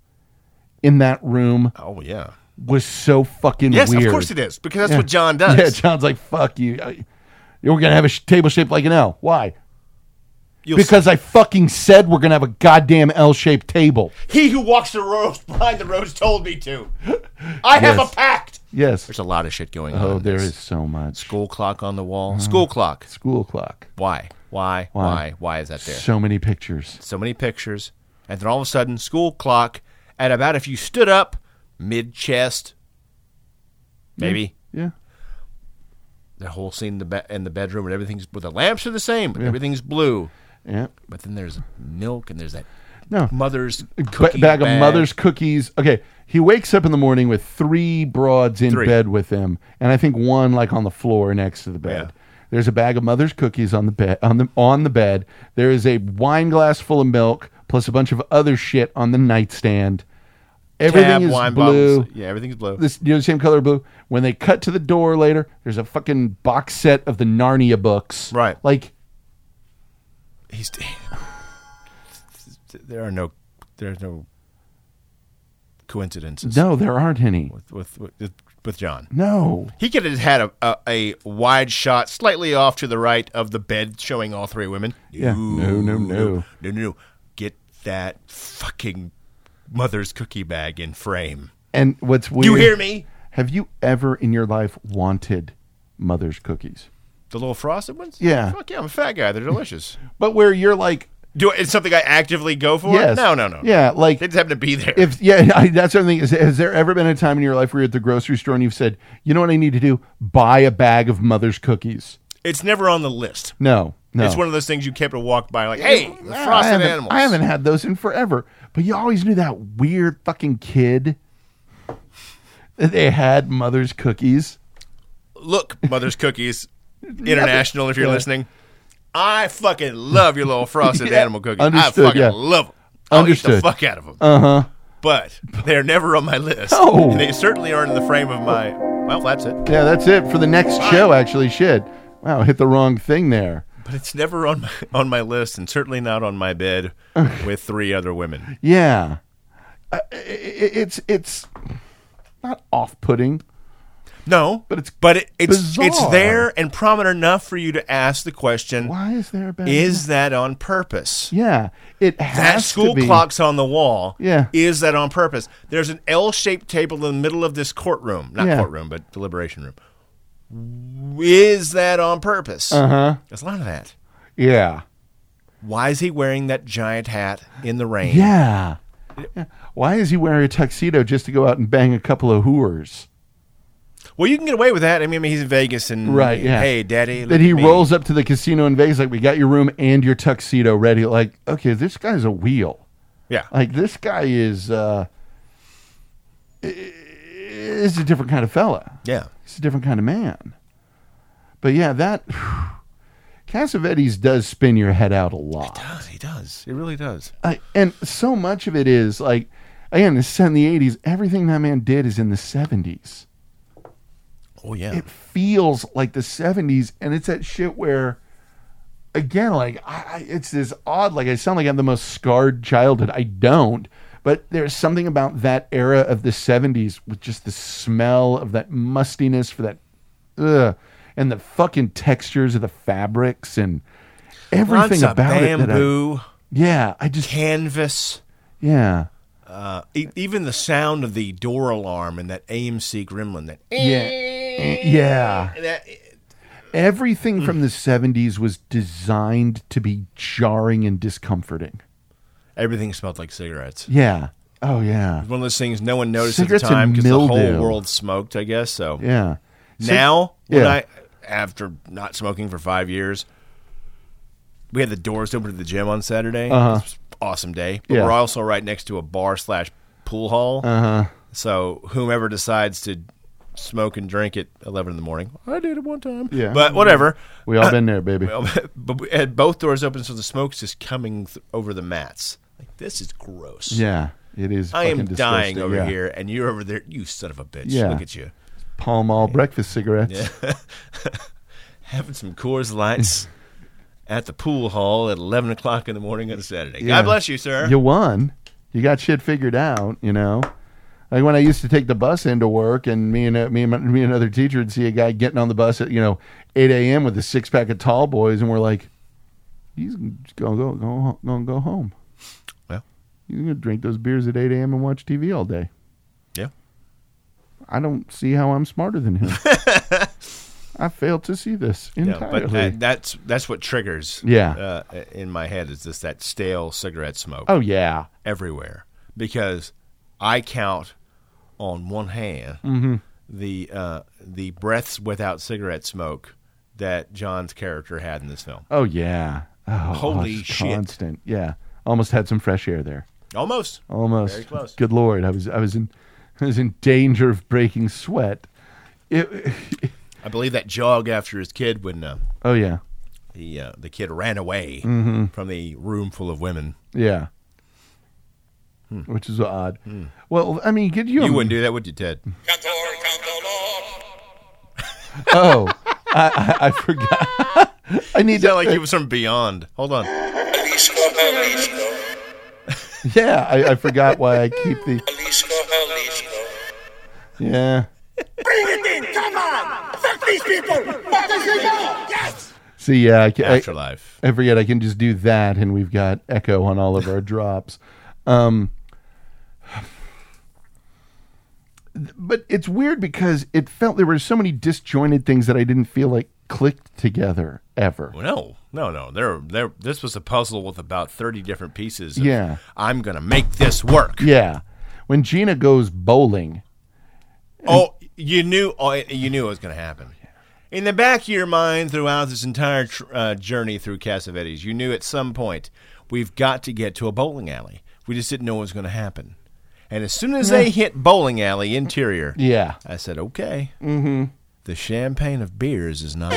A: in that room
B: Oh yeah.
A: was so fucking
B: Yes,
A: weird.
B: of course it is because that's what John does.
A: Yeah, John's like fuck you. I- We're gonna have a sh- table shaped like an L. Why?
B: You'll
A: because I fucking said we're gonna have a goddamn L-shaped table.
B: see. he who walks the roads <laughs> behind the roads told
A: <laughs>
B: me to. I have
A: Yes.
B: a pact.
A: Yes.
B: There's a lot of shit going on.
A: Oh,
B: in
A: there
B: this.
A: is Mm. so much.
B: school clock on the wall. School clock.
A: School clock.
B: Why? Why? Why? Why is that there?
A: So many pictures.
B: so many pictures, and then all of a sudden, school clock at about if you stood up, mid chest, maybe
A: Yeah.
B: the whole scene in the be- in the bedroom and everything's but the lamps are the same, but everything's blue.
A: Yeah.
B: But then there's milk and there's that
A: No.
B: mother's
A: Ba-
B: cookie
A: bag of mother's cookies. Okay. He wakes up in the morning with three broads in
B: Three.
A: bed with him, and I think one like on the floor next to the bed.
B: Yeah.
A: There's a bag of mother's cookies on the bed on the on the bed. There is a wine glass full of milk plus a bunch of other shit on the nightstand. Everything
B: tab,
A: is
B: wine
A: blue.
B: bottles. Yeah, everything's blue.
A: this you know the same color blue. When they cut to the door later, there's a fucking box set of the Narnia books.
B: Right.
A: Like
B: He's there are no there's no coincidences
A: no, there aren't any.
B: with, with with with John.
A: No.
B: He could have had a, a, a wide shot slightly off to the right of the bed showing all three women.
A: Yeah. No, no, no.
B: No, no, no. Get that fucking mother's cookie bag in frame.
A: And what's weird
B: Do you hear me?
A: Have you ever in your life wanted mother's cookies?
B: The little frosted ones?
A: Yeah.
B: Fuck yeah, I'm a fat guy. They're delicious.
A: But where you're like
B: Do it's something I actively go for?
A: yes.
B: No, no, no.
A: Yeah, like
B: They just happen to be there.
A: if yeah, <laughs> I, that's something. Is, has there ever been a time in your life where you're at the grocery store and you've said, "You know what I need to do? Buy a bag of mother's cookies."
B: it's never on the list.
A: No, no.
B: It's one of those things you kept to walk by like, hey, the frosted
A: I haven't-
B: animals.
A: I haven't had those in forever. But you always knew that weird fucking kid that they had mother's cookies.
B: look, Mother's Cookies International, if you're
A: <laughs> Yeah.
B: listening, I fucking love your little frosted
A: <laughs> Yeah.
B: animal cookies.
A: Understood,
B: I fucking
A: yeah.
B: love them. I'll eat
A: Understood. Uh-huh.
B: the fuck out of them. Uh huh. But they're never on my list.
A: No.
B: And they certainly aren't in the frame of my. Well, that's it.
A: Yeah, that's it for the next show. Actually, shit. Wow, hit the wrong thing there.
B: But it's never on my on my list, and certainly not on
A: <laughs>
B: my bed with three other women.
A: Yeah, Uh, i- i- it's it's not off-putting.
B: No,
A: But it's
B: but it, it's it's
A: bizarre.
B: there and prominent enough for you to ask the question:
A: Why is there a bad?
B: Is that on purpose?
A: yeah, it has
B: that
A: to
B: school
A: be.
B: clock's on the wall.
A: Yeah.
B: Is that on purpose? There's an L shaped table in the middle of this courtroom. Not
A: Yeah.
B: courtroom, but deliberation room. Is that on purpose? Uh
A: Uh-huh.
B: huh. There's a lot of that.
A: Yeah,
B: Why is he wearing that giant hat in the rain?
A: yeah. Why is he wearing a tuxedo just to go out and bang a couple of whores?
B: Well, you can get away with that. I mean, I mean, he's in Vegas and
A: Right, yeah.
B: Hey, daddy. look
A: Then he
B: at me.
A: rolls up to the casino in Vegas, like, we got your room and your tuxedo ready. Like, okay, this guy's a wheel.
B: Yeah.
A: Like, this guy is, uh, is a different kind of fella.
B: Yeah.
A: He's a different kind of man. But yeah, that, <sighs> Cassavetes does spin your head out a lot.
B: Does he does? It really does.
A: I, and so much of it is like, again, this set in the 80s. Everything that man did is in the 70s.
B: Oh yeah.
A: It feels like the 70s. And it's that shit where, again, like, I, I, it's this odd, like, I sound like I'm the most scarred childhood. I don't. But there's something about that era of the 70s with just the smell of that mustiness for that, ugh, and the fucking textures of the fabrics and everything
B: Lots of
A: about it. that I-
B: bamboo,
A: yeah, I just,
B: canvas.
A: yeah.
B: Uh, e- even the sound of the door alarm and that AMC Gremlin. That
A: Yeah. Yeah.
B: That, Mm.
A: Everything from the 70s was designed to be jarring and discomforting.
B: everything smelled like cigarettes.
A: Yeah. Oh, yeah.
B: One of those things no one noticed
A: Cigarettes
B: at the time
A: and
B: because the whole
A: mildew.
B: world smoked. I guess so.
A: Yeah. So-
B: now, when
A: yeah.
B: I after not smoking for five years, we had the doors open to the gym on Saturday. It was an awesome day. But
A: Uh-huh. Yeah.
B: we're also right next to a bar slash pool hall.
A: Uh-huh.
B: So whomever decides to smoke and drink at eleven in the morning, I did it one time.
A: Yeah. Mm-hmm.
B: but whatever.
A: we all been there, baby.
B: Uh, Well, <laughs> but we had both doors open, so the smoke's just coming th- over the mats. Like this is gross.
A: yeah. It is.
B: I am
A: fucking
B: dying
A: disgusting.
B: over
A: Yeah.
B: here, and you're over there. You son of a bitch!
A: Yeah.
B: Look at you. <laughs>
A: Pall Mall breakfast cigarettes.
B: having some Coors Lights
A: <laughs>
B: at the pool hall at 11 o'clock in the morning on a Saturday.
A: Yeah.
B: God bless you, sir.
A: You won. You got shit figured out, you know? Like when I used to take the bus into work, and me and uh, me and, my- me and another teacher would see a guy getting on the bus at you know eight a.m. with a six pack of tall boys, and we're like, he's gonna go go ho- gonna go home.
B: Well.
A: he's gonna drink those beers at eight a.m. and watch TV all day.
B: Yeah.
A: I don't see how I'm smarter than
B: <laughs>
A: him. I fail to see this
B: Yeah,
A: entirely.
B: but that, that's that's what triggers.
A: Yeah.
B: Uh, in my head is just that stale cigarette smoke
A: oh yeah,
B: everywhere because I count on one hand
A: Mm-hmm.
B: the uh, the breaths without cigarette smoke that John's character had in this film.
A: oh yeah. Oh,
B: Holy
A: it's
B: shit.
A: Constant. Yeah, almost had some fresh air there.
B: Almost.
A: Almost.
B: Very close.
A: Good lord, I was I was in I was in danger of breaking sweat. It,
B: I believe that jog after his kid when uh,
A: oh yeah,
B: the uh, the kid ran away from the room full of women.
A: yeah. Which is odd. Well, I mean, could you?
B: Hmm. You wouldn't do that, would you, Ted?
C: Cantor, cantor, Lord.
A: Oh, I, I, I forgot. I need
B: Yeah,
A: to.
B: like he was from beyond. Hold on.
C: Jalisco, Jalisco.
A: Yeah, I, I forgot why I keep the.
C: Jalisco, Jalisco.
A: Yeah.
C: Bring it in, come on! Fuck these people! Fuck these people! Yes!
A: See, yeah, I, ca- I,
B: Afterlife.
A: I forget I can just do that, and we've got echo on all of our drops. Um, but it's weird because it felt there were so many disjointed things that I didn't feel like clicked together ever.
B: No, no, no. There, there. This was a puzzle with about thirty different pieces. of,
A: Yeah.
B: I'm gonna make this work.
A: Yeah, when Gina goes bowling,
B: Oh, you knew. Oh, you knew it was gonna happen. In the back of your mind, throughout this entire tr- uh, journey through Cassavetes, you knew at some point we've got to get to a bowling alley. We just didn't know what was gonna happen. And as soon as they hit bowling alley interior,
A: yeah,
B: I said, okay. Mm-hmm. The champagne of beers is not.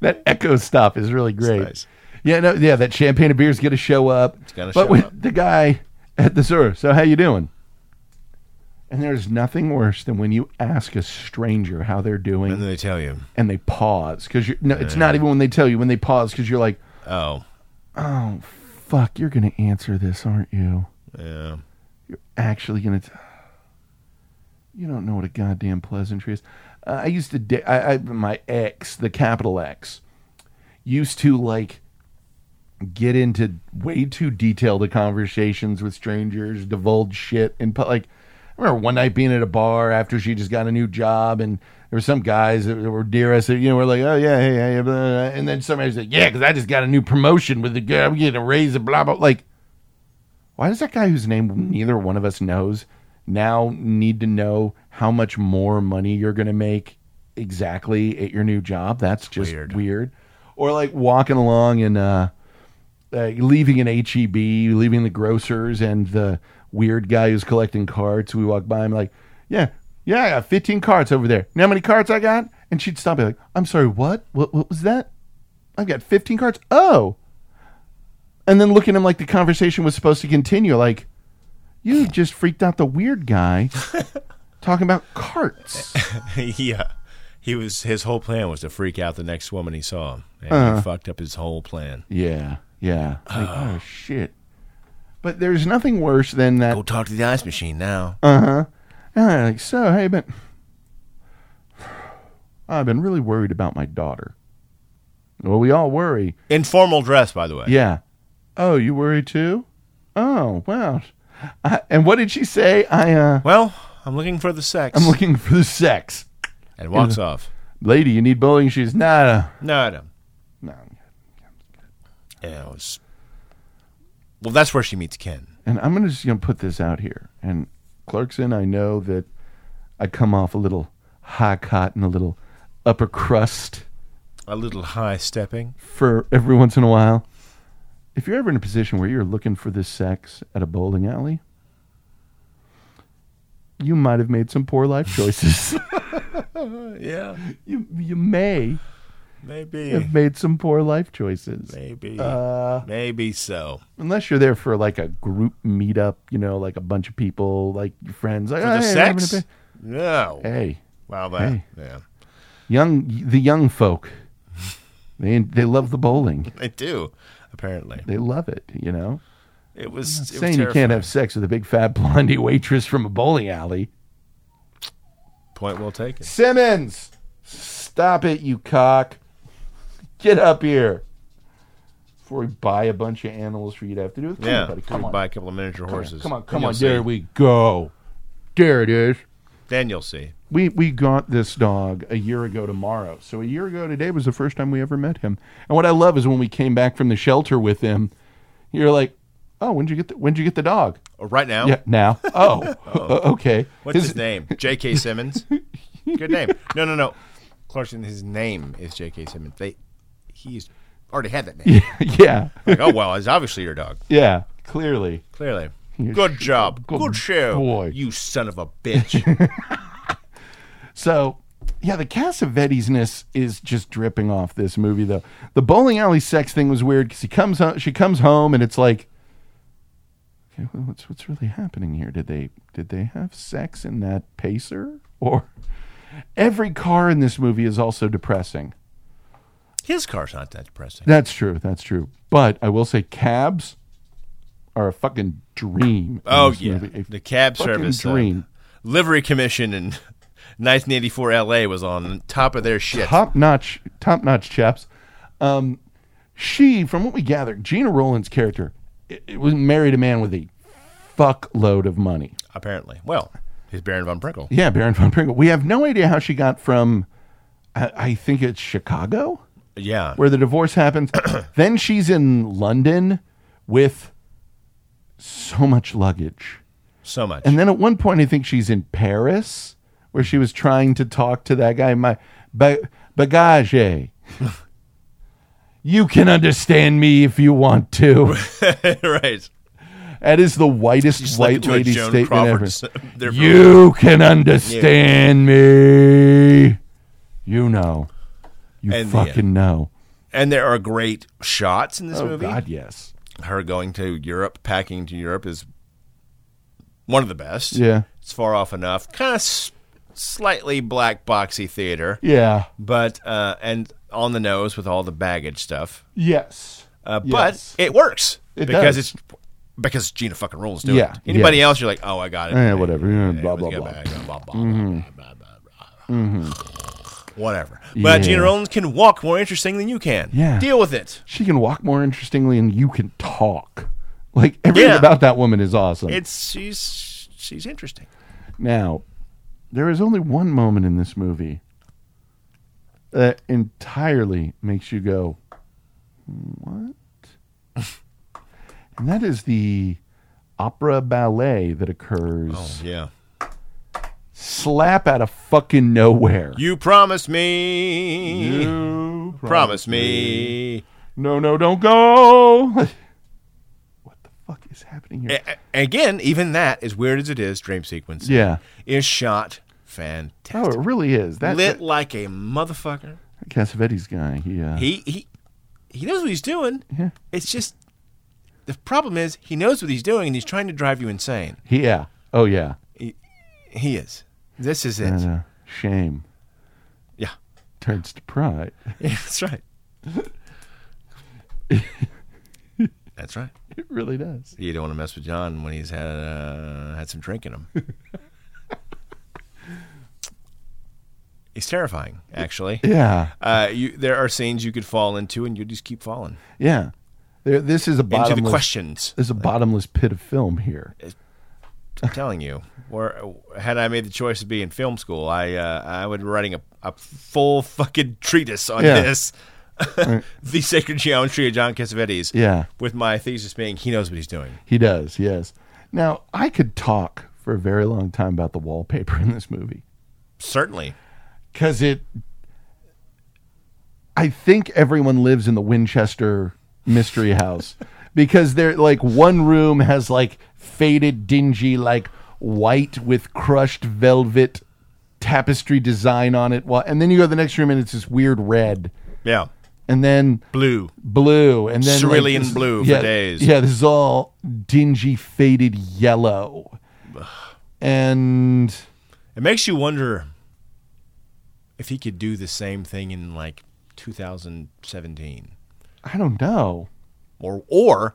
A: that echo stop is really great.
B: nice.
A: Yeah, no, yeah, that champagne and beer's gonna show up. It's
B: gonna
A: but
B: show
A: when
B: up.
A: the guy at the store, so how you doing? And there's nothing worse than when you ask a stranger how they're doing
B: And
A: and,
B: then they tell you,
A: they pause because you're. No, it's not even when they tell you when they pause because you're like,
B: oh,
A: "Fuck, you're gonna answer this, aren't you?
B: yeah. <laughs>
A: You're actually gonna." T- you don't know what a goddamn pleasantry is. Uh, I used to. Da- I, I my ex, the capital X, used to like get into way too detailed of conversations with strangers, divulge shit, and put like. I remember one night being at a bar after she just got a new job, and there were some guys that were near us. That, you know, were like, "Oh yeah, hey, hey," blah, blah, blah. and then somebody said, "Yeah, because I just got a new promotion with the girl. I'm getting a raise." And blah blah. Like, why does that guy whose name neither one of us knows now need to know how much more money you're going to make exactly at your new job? That's just weird.
B: weird.
A: Or like walking along and uh, uh, leaving an HEB, leaving the grocers and the weird guy who's collecting carts. We walk by him like, yeah, yeah, I got 15 carts over there. You know how many carts I got? And she'd stop and be like, I'm sorry, what? What, what was that? I've got 15 carts. Oh. And then look at him like the conversation was supposed to continue. Like, you just freaked out the weird guy talking about carts.
B: yeah. He was his whole plan was to freak out the next woman he saw, and he fucked up his whole plan.
A: Yeah, yeah. Like, oh, shit. But there's nothing worse than that.
B: Go talk to the ice machine now.
A: Uh-huh. And I'm like, so hey, but I've been really worried about my daughter. Well, we all worry.
B: In formal dress, by the way.
A: Yeah. Oh, you worry too? Oh, wow. I, and what did she say? I uh,
B: Well, I'm looking for the sex.
A: I'm looking for the sex.
B: and
A: <laughs>
B: walks off.
A: Lady, you need bowling shoes. Nah,
B: No, I don't.
A: no. no.
B: Yeah, it was. Well, that's where she meets Ken.
A: and I'm gonna just gonna put this out here. And Clarkson, I know that I come off a little high cot and a little upper crust
B: A little high stepping.
A: for every once in a while. If you're ever in a position where you're looking for this sex at a bowling alley, you might have made some poor life
B: <laughs>
A: choices.
B: Uh, Yeah,
A: you you may
B: maybe,
A: have made some poor life choices.
B: maybe,
A: Uh,
B: maybe so.
A: unless you're there for like a group meetup, you know, like a bunch of people, like your friends, like
B: The
A: "Hey, I'm having a
B: sex?
A: ba-"
B: No.
A: Hey,
B: Wow, that.
A: Hey.
B: Yeah,
A: young the young folk, they they love the bowling.
B: I do. Apparently,
A: They love it, you know.
B: it was. it was
A: Saying you
B: terrifying.
A: can't have sex with a big fat <laughs> blondie waitress from a bowling alley.
B: Point well taken.
A: Simmons, stop it, you cock! Get up here before we buy a bunch of animals for you to have to do. Come
B: yeah,
A: on, buddy,
B: we
A: come on,
B: buy a couple of miniature horses.
A: come on,
B: Then
A: come
B: you'll
A: on.
B: see.
A: There we go. There it is.
B: Then you'll see.
A: we we got this dog a year ago tomorrow. So a year ago today was the first time we ever met him. And what I love is when we came back from the shelter with him, you're like, "Oh, when'd you get the when'd you get the dog?"
B: Oh, right now,
A: Yeah, now.
B: <laughs>
A: Oh, o- okay.
B: what's his, name? J.K. Simmons. Good name. No, no, no. Clarkson. His name is J.K. Simmons. They, he's already had that name.
A: <laughs> yeah,
B: Like, oh well, it's obviously your dog.
A: yeah. Clearly,
B: Clearly. Good job. Good, show.
A: boy.
B: You son of a bitch.
A: <laughs> So, yeah, the Cassavetes-ness is just dripping off this movie, though. The bowling alley sex thing was weird because he comes home, she comes home, and it's like, okay, well, what's what's really happening here? Did they did they have sex in that pacer? Or every car in this movie is also depressing.
B: His car's not that depressing.
A: That's true. That's true. But I will say, cabs are a fucking dream. in
B: Oh
A: this
B: yeah,
A: movie. A
B: the cab
A: fucking
B: service uh,
A: dream.
B: livery commission in <laughs> 1984 L.A. was on top of their shit.
A: top notch, top notch chaps. Um, she, from what we gathered, Gina Rowland's character, it, it was married a man with a fuckload of money.
B: Apparently, well, his Baron von Prinkle.
A: Yeah, Baron von Pringle. We have no idea how she got from. I, I think it's Chicago
B: Yeah,
A: where the divorce <coughs> happens. then she's in London with so much luggage.
B: so much.
A: And then at one point, I think she's in Paris, where she was trying to talk to that guy, my ba- bagage. you can understand me if you want
B: <laughs>
A: to.
B: <laughs> right.
A: That is the whitest
B: Just like
A: white
B: into a
A: lady
B: Joan uh,
A: statement
B: Crawford
A: ever.
B: s- there for-
A: You can understand me. You know. You
B: And the
A: fucking
B: end.
A: know.
B: And there are great shots in this
A: Oh,
B: movie.
A: God, yes.
B: Her going to Europe, packing to Europe is one of the best.
A: Yeah.
B: it's far off enough. Kind of s- slightly black boxy theater.
A: Yeah.
B: but uh, and on the nose with all the baggage stuff.
A: Yes.
B: Uh,
A: Yes.
B: But it works
A: It
B: because
A: does.
B: it's because Gina fucking rules doing
A: Yeah,
B: it. Anybody
A: yeah.
B: else, you're like, oh, I got it.
A: Eh, whatever. Eh,
B: Yeah,
A: blah,
B: it was
A: blah,
B: good
A: blah. Mm-hmm.
B: bag, blah, blah, blah, blah, blah, blah. Whatever. But Gina Rollins can walk more interesting than you can.
A: Yeah.
B: Deal with it.
A: she can walk more interestingly and you can talk. Like everything
B: Yeah.
A: about that woman is awesome.
B: It's she's she's interesting.
A: now, there is only one moment in this movie that entirely makes you go,
B: <laughs>
A: "What?" and that is the opera ballet that occurs
B: Yeah.
A: slap out of fucking nowhere.
B: You promised me.
A: You
B: promise me.
A: No, no, don't go. <laughs> what the fuck is happening here?
B: A- a- again, even that, as weird as it is, dream sequence
A: yeah.
B: is shot
A: Oh,
B: fantastic.
A: it really is. That,
B: Lit like a motherfucker.
A: that Cassavetes guy. He, uh,
B: He he he knows what he's doing.
A: Yeah.
B: It's just the problem is he knows what he's doing and he's trying to drive you insane.
A: he- yeah. Oh yeah.
B: He is. This is it.
A: And, uh, shame
B: Yeah.
A: turns to pride.
B: Yeah, <laughs>
A: <laughs>
B: that's right. that's right.
A: It really does.
B: You don't want to mess with John when he's had uh, had some drink
A: <laughs>
B: in him. he's terrifying, actually.
A: Yeah.
B: Uh, you, there are scenes you could fall into, and you just keep falling
A: Yeah. There, this is a
B: into
A: bottomless.
B: the questions.
A: There's a bottomless pit of film here.
B: I'm telling you, or had I made the choice to be in film school, I uh, I would be writing a, a full fucking treatise on
A: Yeah.
B: this, <laughs> the sacred geometry of John Cassavetes.
A: Yeah.
B: with my thesis being he knows what he's doing.
A: He does. Yes. Now I could talk for a very long time about the wallpaper in this movie.
B: Certainly,
A: because it i think everyone lives in the winchester mystery house because they're like one room has like faded dingy like white with crushed velvet tapestry design on it Well, and then you go to the next room and it's this weird red
B: yeah,
A: and then
B: blue.
A: blue and then like,
B: Cerulean
A: this-
B: blue for
A: yeah,
B: days.
A: yeah this is all dingy faded yellow and
B: It makes you wonder if he could do the same thing in like 2017,
A: i don't know
B: or or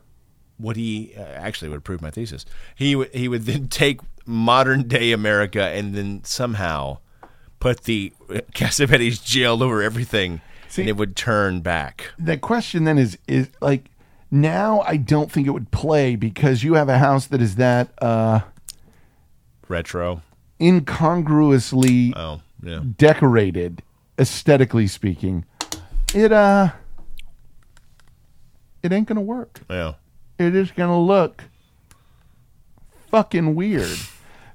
B: would he uh, actually would prove my thesis? He would he would then take modern day America and then somehow put the uh, Cassavetes jailed over everything, and it would turn back.
A: the question then is is like now I don't think it would play because you have a house that is that uh
B: Retro.
A: incongruously
B: Oh yeah.
A: decorated aesthetically speaking. It uh it ain't going to work.
B: Yeah.
A: It is going to look fucking weird.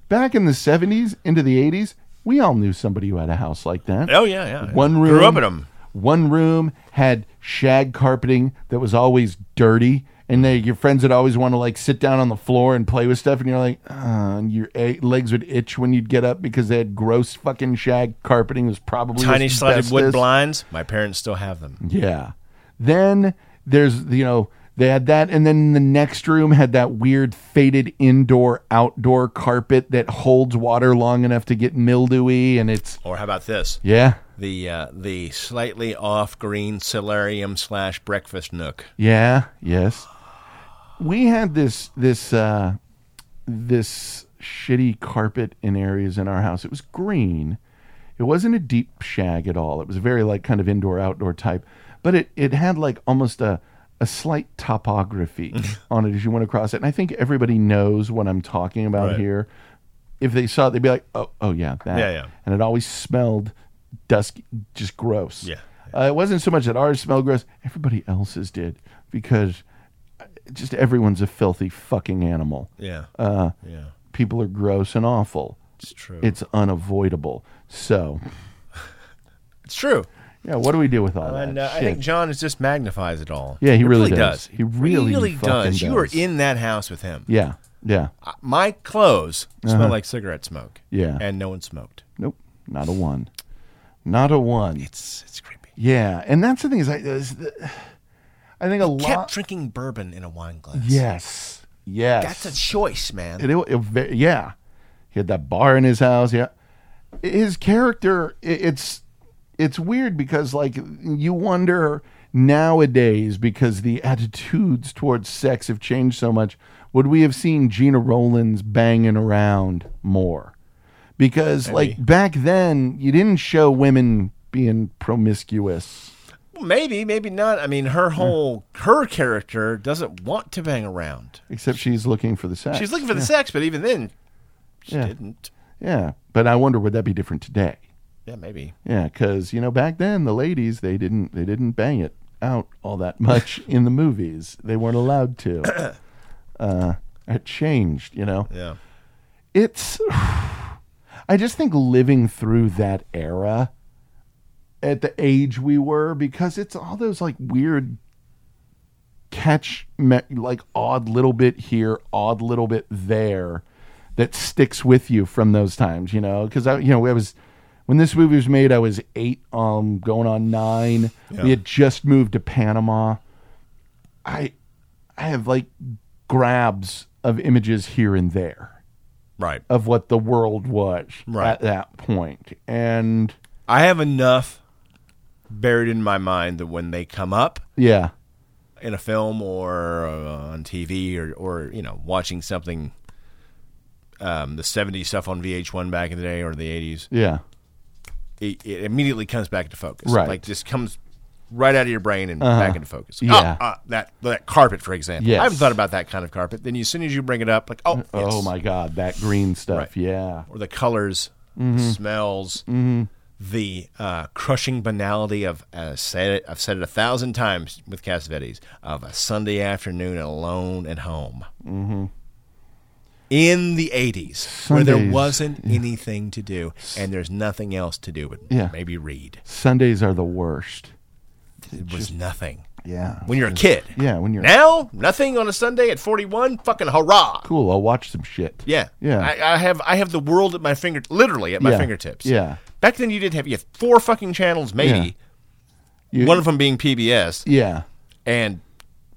A: Back in the 70s into the 80s, we all knew somebody who had a house like that.
B: Oh yeah, yeah. yeah.
A: One room
B: Grew up in 'em.
A: One room had shag carpeting that was always dirty, and they, your friends would always want to like sit down on the floor and play with stuff, and you're like, uh, and your a- legs would itch when you'd get up because they had gross fucking shag carpeting. It was probably
B: Tiny slatted wood
A: asbestos.
B: blinds. My parents still have them.
A: Yeah. Then there's you know they had that, and then the next room had that weird faded indoor outdoor carpet that holds water long enough to get mildewy, and it's
B: Or how about this?
A: yeah.
B: the uh, the slightly off green solarium slash breakfast nook.
A: Yeah. Yes. We had this this uh, this shitty carpet in areas in our house. It was green. It wasn't a deep shag at all. It was very like kind of indoor outdoor type, but it it had like almost a a slight
B: <laughs>
A: topography on it as you went across it. And I think everybody knows what I'm talking about
B: Right.
A: here. If they saw it, they'd be like, "Oh, oh yeah, that."
B: Yeah, yeah.
A: And it always smelled dusky, just gross.
B: Yeah.
A: Uh, it wasn't so much that ours smelled gross, everybody else's did because uh, just everyone's a filthy fucking animal.
B: Yeah. Uh, yeah.
A: People are gross and awful.
B: It's true.
A: It's unavoidable. So,
B: It's true.
A: yeah, what do we do with all that?
B: And uh, I
A: shit?
B: think John is just magnifies it all.
A: Yeah, he
B: It
A: really does. He really fucking
B: does. You are
A: does.
B: in that house with him.
A: yeah, yeah.
B: Uh, My clothes smell like cigarette smoke.
A: Yeah.
B: And no one smoked.
A: Nope, not a one. Not a one.
B: It's it's creepy.
A: Yeah, and that's the thing is, I, is the, I think a
B: Kept
A: lot.
B: drinking bourbon in a wine glass.
A: Yes, yes.
B: That's a choice, man.
A: it, it- it ve- yeah he had that bar in his house yeah his character i it's it's weird because like you wonder nowadays because the attitudes towards sex have changed so much would we have seen gina rollins banging around more because like back then you didn't show women being promiscuous
B: maybe, maybe not. I mean, her whole her character doesn't want to bang around.
A: except she's looking for the sex
B: She's looking for the sex, but even then, she
A: Uh, Yeah.
B: didn't.
A: yeah but i wonder would that be different today
B: Yeah, maybe.
A: Yeah, because you know back then the ladies they didn't they didn't bang it out all that much in the movies. They weren't allowed to. Uh, It changed, you know?
B: Yeah.
A: It's. <sighs> I just think living through that era at the age we were, because it's all those like weird catch, me- like odd little bit here, odd little bit there that sticks with you from those times, you know? Because I, you know, I was. When this movie was made, I was eight, um, going on nine. We had just moved to Panama. I I have like grabs of images here and there
B: Right.
A: of what the world was
B: Right.
A: at that point. And
B: I have enough buried in my mind that when they come up
A: yeah.
B: in a film or uh, on TV or, or you know watching something, um, the '70s stuff on VH1 back in the day or the '80s,
A: Yeah.
B: it, it immediately comes back to focus.
A: Right. Uh-huh.
B: Like just comes right out of your brain and back into focus. Like,
A: Yeah.
B: ah, ah, that that carpet, for example.
A: Yes.
B: I haven't thought about that kind of carpet. Then as soon as you bring it up, like oh,
A: Oh
B: yes.
A: my god, that green stuff.
B: Right.
A: Yeah.
B: or the colors,
A: Mm-hmm.
B: smells, the uh, crushing banality of uh, said it. I've said it a thousand times with Cassavetes of a Sunday afternoon alone at home. Mm-hmm. In the '80s, where there
A: Sundays,
B: wasn't anything to do, and there's nothing else to do but
A: Yeah.
B: maybe read.
A: Sundays are the worst.
B: It was nothing
A: Yeah.
B: when you're a kid.
A: yeah, when you're
B: Now, nothing on a Sunday at 41. Fucking hurrah!
A: cool, I'll watch some shit.
B: Yeah,
A: Yeah.
B: I, I have I have the world at my finger, literally at my
A: Yeah.
B: fingertips.
A: Yeah.
B: Back then, you did have you had four fucking channels, maybe
A: You-
B: one of them being PBS,
A: yeah.
B: and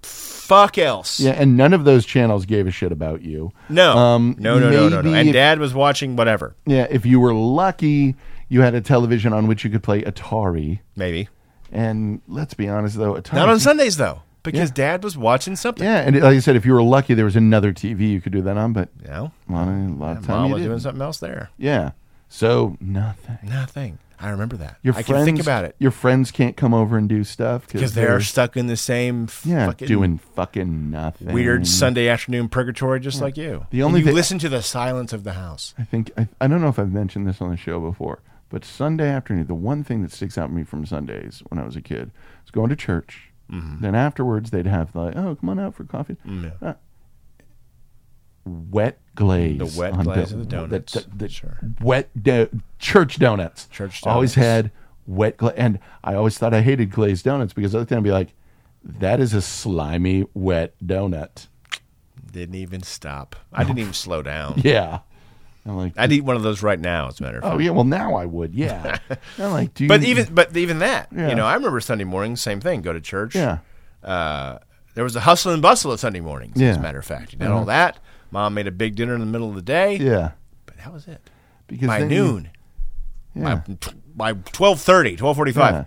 B: fuck else.
A: Yeah, and none of those channels gave a shit about you. Um,
B: No. no, no, no, no, no.
A: maybe
B: And
A: if-
B: Dad was watching whatever,
A: Yeah, if you were lucky, you had a television on which you could play Atari.
B: maybe
A: And let's be honest though, Atari
B: not on Sundays though, because Dad was watching something.
A: Yeah, and like I said, if you were lucky, there was another TV you could do that on, but
B: You know,
A: a lot of, a lot of time
B: Mom
A: you
B: was
A: didn't.
B: doing something else there.
A: Yeah, so nothing.
B: Nothing. I remember that.
A: Your
B: I
A: friends
B: can think about it
A: Your friends can't come over and do stuff
B: because they're, stuck in the same
A: yeah
B: fucking
A: doing fucking nothing.
B: weird Sunday afternoon purgatory, just like you.
A: The only
B: you
A: thi-
B: listen to the silence of the house.
A: I think I, I don't know if I've mentioned this on the show before, but Sunday afternoon, the one thing that sticks out to me from Sundays when I was a kid was going to church.
B: Mm-hmm.
A: Then afterwards, they'd have like, oh, come on out for coffee.
B: Mm.
A: Uh, wet glaze.
B: The wet
A: on
B: glaze
A: do-
B: of the donuts.
A: The, the- the
B: Sure.
A: Wet do- church donuts.
B: Church
A: Always
B: donuts.
A: had wet glaze, and I always thought I hated glazed donuts because I looked at them and be like, that is a slimy wet donut. <laughs>
B: Didn't even stop. I didn't even slow down.
A: Yeah. I'm like,
B: I'd eat one of those right now, as a matter of fact.
A: Oh yeah, well now I would.
B: <laughs>
A: Yeah, I'm like, do you,
B: But even but even that,
A: Yeah.
B: you know, I remember Sunday morning, same thing. Go to church.
A: <laughs> yeah,
B: Uh, there was a hustle and bustle of Sunday mornings.
A: Yeah. Uh-huh.
B: As a matter of fact, you know all that. Mom made a big dinner in the middle of the day.
A: yeah,
B: But that was it.
A: because
B: by
A: then you-
B: noon,
A: yeah,
B: by, tw- by 12.30, 12.45,
A: Yeah.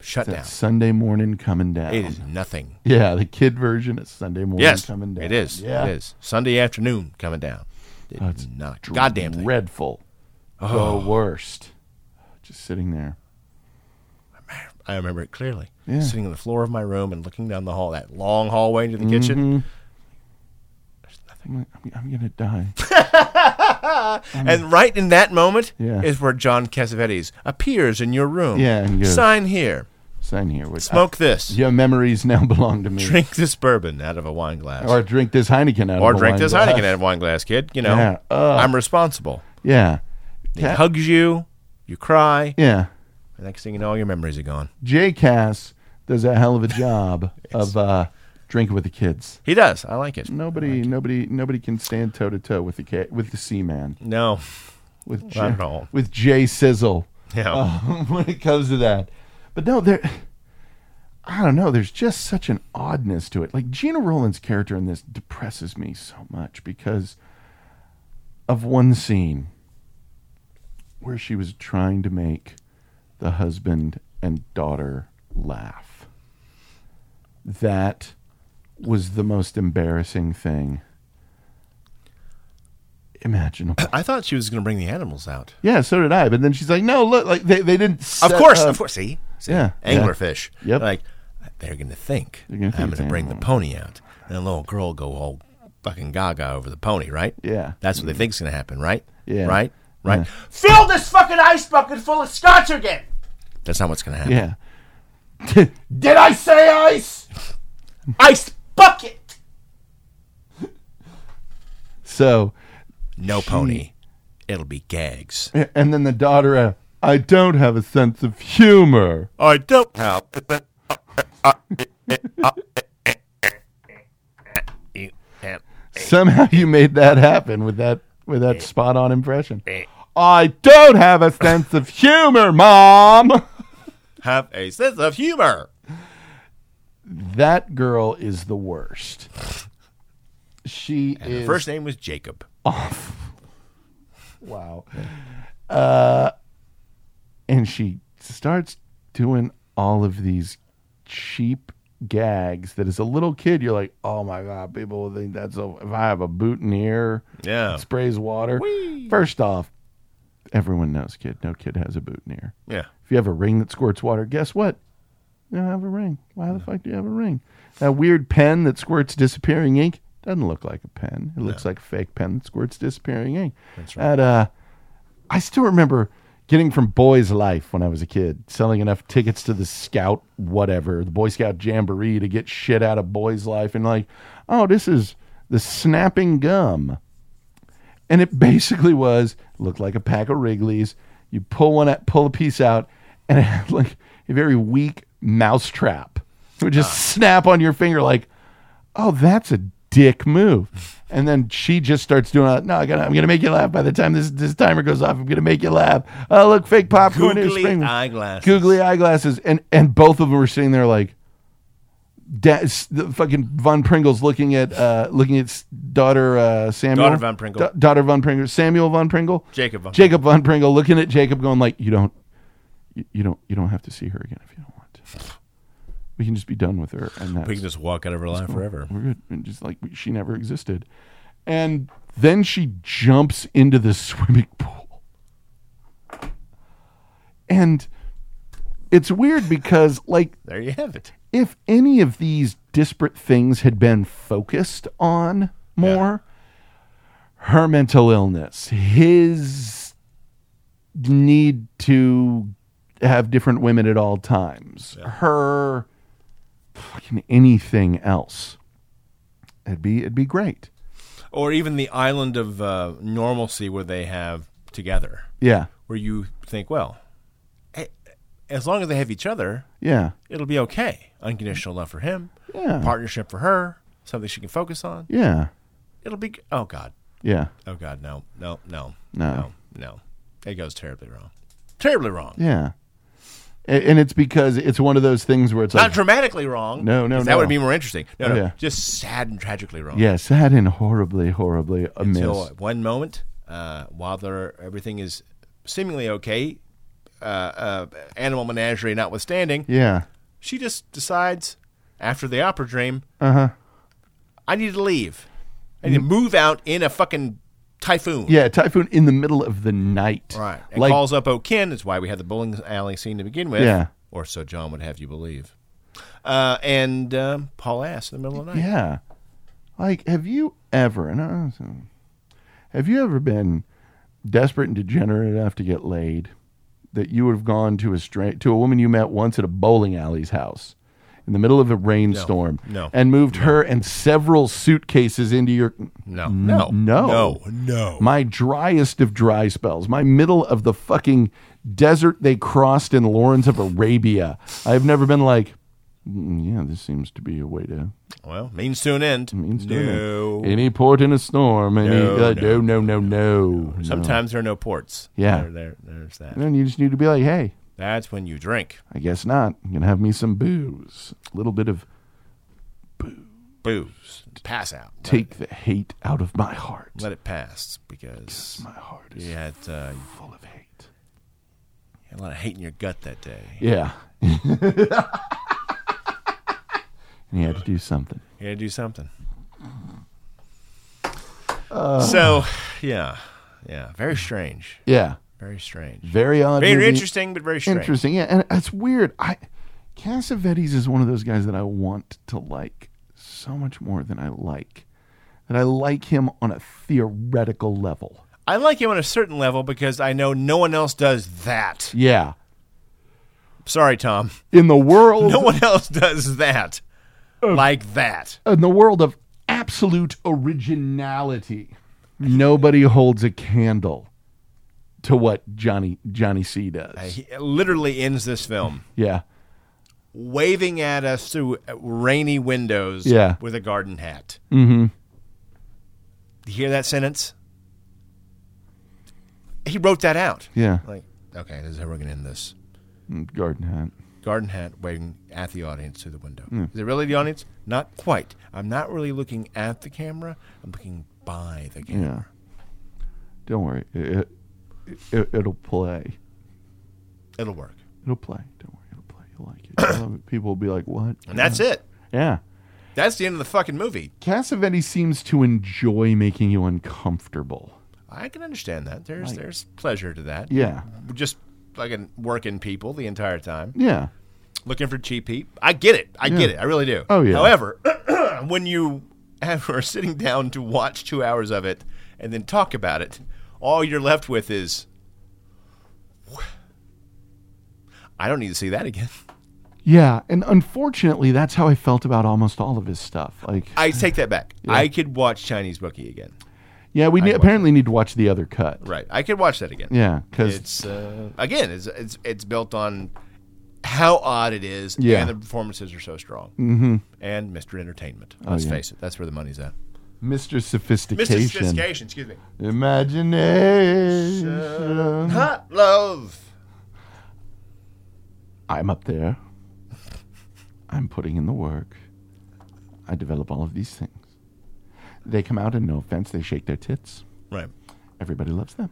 B: shut
A: that
B: <laughs> down.
A: Sunday morning coming down.
B: It is nothing.
A: Yeah, the kid version is Sunday morning
B: Yes,
A: coming down.
B: it is.
A: Yeah,
B: It is. Sunday afternoon coming down. Did not. Goddamn thing. Oh.
A: dreadful. The worst. Just sitting there.
B: I remember it clearly.
A: Yeah.
B: Sitting on the floor of my room and looking down the hall, that long hallway into the
A: Mm-hmm.
B: kitchen. There's nothing.
A: I'm, like, I'm, I'm gonna die.
B: And right in that moment
A: Mm. Yeah.
B: is where John Cassavetes appears in your room.
A: Yeah, Uh, and goes-
B: Sign here.
A: Sign here. Which
B: Smoke this.
A: your memories now <laughs> belong to me.
B: Drink this bourbon out of a wine glass.
A: Or drink this Heineken out
B: Or
A: of a
B: drink
A: wine
B: this
A: glass.
B: Heineken out of a wine glass, kid. You know,
A: Yeah, ugh.
B: I'm responsible.
A: Yeah,
B: He
A: Ca-
B: hugs you. You cry.
A: yeah.
B: The next thing you know, all your memories are gone.
A: J. Cass does a hell of a
B: <laughs>
A: job of uh, drinking with the kids.
B: He does. I like it.
A: Nobody, nobody, nobody can stand toe to toe with the ca- with the Seaman
B: No. <laughs>
A: with J-
B: Not at all.
A: with Jay Sizzle <laughs>
B: No.
A: when it comes to that. But no, there. I don't know. There's just such an oddness to it. Like Gina Rowland's character in this depresses me so much because of one scene where she was trying to make the husband and daughter laugh. That was the most embarrassing thing imaginable.
B: I thought she was going to bring the animals out.
A: Yeah, so did I. But then she's like, no, look, like they, they didn't.
B: Of
A: set
B: course,
A: up-
B: of course. See, see
A: uh, Yeah,
B: anglerfish.
A: Yep.
B: Like they're gonna think
A: gonna think
B: I'm
A: it's
B: gonna bring the
A: animal."
B: pony out, and the little girl go all fucking gaga over the pony, right?
A: Yeah.
B: That's what they think's gonna happen, right?
A: Mm. Yeah.
B: Right. Right.
A: Yeah.
B: Fill this fucking ice bucket full of scotch again. That's not what's gonna happen.
A: Yeah.
B: <laughs> Did I say ice? ice bucket.
A: So,
B: No pony. It'll be gags.
A: and then the daughter, uh, I don't have a sense of humor.
B: I don't
A: Somehow you made that happen with that with
B: Eh.
A: that spot on impression. I don't have a sense of humor, mom.
B: have a sense of humor.
A: That girl is the worst. She
B: Her
A: is
B: first name was Jacob.
A: Wow. Uh, and she starts doing all of these cheap gags that as a little kid you're like, oh my god, people will think that's a, if I have a boutonniere
B: Yeah.
A: sprays water. First off, everyone knows kid. No kid has a boutonniere.
B: Yeah.
A: If you have a ring that squirts water, guess what? You don't have a ring. Why the fuck do you have a ring? That weird pen that squirts disappearing ink doesn't look like a pen. It looks like a fake pen that squirts disappearing ink. That's right. At, uh, I still remember getting from Boys Life when I was a kid, selling enough tickets to the Scout whatever, the Boy Scout Jamboree to get shit out of Boys Life and like, oh, this is the snapping gum. And it basically was looked like a pack of Wrigley's. You pull one out, pull a piece out, and it had like a very weak mousetrap. It would just snap on your finger like, oh, that's a dick move. And then she just starts doing, uh, no, I gotta, I'm going to make you laugh. By the time this, this timer goes off, I'm going to make you laugh. Oh, look, fake popcorn. here's
B: Googly
A: spring-
B: eyeglasses.
A: Googly eyeglasses. And, and both of them were sitting there like, da- s- the fucking Von Pringle's looking at uh, looking at s- daughter uh, Samuel.
B: Daughter Von Pringle.
A: Da- daughter Von Pringle. Samuel Von Pringle.
B: Jacob Von
A: Jacob Von Pringle looking at Jacob, going like, "You don't, you, you don't, you don't have to see her again if you don't want to. We can just be done with her, and that's
B: We can just walk out of her life forever.
A: we're good." And just like she never existed, and then she jumps into the <laughs> swimming pool, and it's weird because like
B: There you have it.
A: if any of these disparate things had been focused on more, her mental illness, his need to have different women at all times, her fucking anything else, it'd be it'd be great.
B: Or even the island of uh, normalcy where they have together,
A: Yeah,
B: where you think, well, eh, as long as they have each other,
A: yeah,
B: it'll be okay. Unconditional love for him,
A: Yeah.
B: partnership for her, something she can focus on.
A: yeah,
B: It'll be. g- Oh God.
A: yeah,
B: Oh God. No. No. No.
A: No.
B: No. No. It goes terribly wrong. Terribly wrong.
A: yeah. A- And it's because it's one of those things where it's
B: Not
A: like,
B: dramatically wrong.
A: No, no,
B: 'cause
A: no.
B: That would be more interesting. No, no.
A: Yeah.
B: Just sad and tragically wrong.
A: yeah, sad and horribly, horribly amiss.
B: Till one moment, uh, while there, everything is seemingly okay, uh, uh, animal menagerie notwithstanding,
A: yeah,
B: she just decides after the opera dream,
A: uh huh.
B: I need to leave. I need to move out in a fucking typhoon.
A: Mm. Yeah, typhoon in the middle of the night.
B: Right. And
A: Like
B: calls up Okin. That's why we had the bowling alley scene to begin with.
A: Yeah.
B: Or so John would have you believe. Uh, and um, Paul ass in the middle of the night.
A: yeah. Like have you ever and I was, um, have you ever been desperate and degenerate enough to get laid that you would have gone to a stra- to a woman you met once at a bowling alley's house in the middle of a rainstorm
B: No.
A: and moved her and several suitcases into your
B: No. No.
A: no.
B: No. No.
A: my driest of dry spells, my middle of the fucking desert they crossed in Lawrence of Arabia. I've never been like, "Mm, yeah, this seems to be a way to
B: Well, means to an end.
A: means to
B: no.
A: an end. any port in a storm. Any,
B: No,
A: uh, no, no, no, no,
B: Sometimes there are no ports.
A: Yeah.
B: There, there, there's that.
A: No. Then you just need to be like, hey,
B: That's when you drink.
A: I guess not. I'm gonna have me some booze, a little bit of
B: Booze. Pass out. Let-
A: take the hate out of my heart.
B: Let, it pass because
A: my heart is
B: you had, uh, you
A: full of hate.
B: had a lot of hate in your gut that day.
A: Yeah. <laughs> and he had to do something.
B: You gotta do something.
A: Uh.
B: so, yeah, yeah, very strange,
A: Yeah.
B: very strange,
A: Very odd.
B: very
A: movie.
B: interesting, but very strange.
A: Interesting. Yeah, and it's weird. I Cassavetes is one of those guys that I want to like so much more than I like. That I like him on a theoretical level.
B: I like him on a certain level because I know no one else does that.
A: Yeah.
B: Sorry, Tom, <laughs>
A: In the world
B: no one else does that
A: Oh.
B: like that.
A: in the world of absolute originality. nobody holds a candle to what Johnny Johnny C does.
B: He literally ends this film
A: yeah.
B: waving at us through rainy windows
A: Yeah.
B: with a garden hat.
A: Mm-hmm.
B: You hear that sentence? He wrote that out.
A: Yeah.
B: Like, okay, this is how we're going to end this.
A: Garden hat.
B: Garden hat waving at the audience through the window.
A: Hmm.
B: Is it really the audience? Not quite. I'm not really looking at the camera. I'm looking by the
A: Yeah.
B: camera.
A: Don't worry. It, it, it, will play. Hmm.
B: It'll work.
A: It'll play. Don't worry. It'll play. You'll like it. You'll love it. People will be like, what?
B: And that's it.
A: Yeah.
B: That's the end of the fucking movie.
A: Cassavetti seems to enjoy making you uncomfortable.
B: I can understand that. There's there's pleasure to that.
A: Yeah.
B: Just fucking working people the entire time,
A: Yeah.
B: looking for cheap heat. I get it. I get it. I really do.
A: Oh, yeah.
B: However, <clears throat> when you have, are sitting down to watch two hours of it and then talk about it, all you're left with is, I don't need to see that again. <laughs>
A: Yeah. And unfortunately, that's how I felt about almost all of his stuff. Like,
B: I take that back. I could watch Chinese Bookie again.
A: yeah, we ne- apparently need to watch the other cut.
B: Right. I could watch that again.
A: Yeah. Because
B: it's uh, again it's, it's it's built on how odd it is
A: Yeah.
B: and the performances are so strong mm-hmm. and mr entertainment let's
A: Oh, yeah.
B: face it that's where the money's at
A: Mr.
B: mr
A: Sophistication.
B: sophistication excuse me
A: Imagination.
B: hot love
A: I'm up there. I'm putting in the work. I develop all of these things. They come out, and no offense, they shake their tits.
B: right
A: Everybody loves them.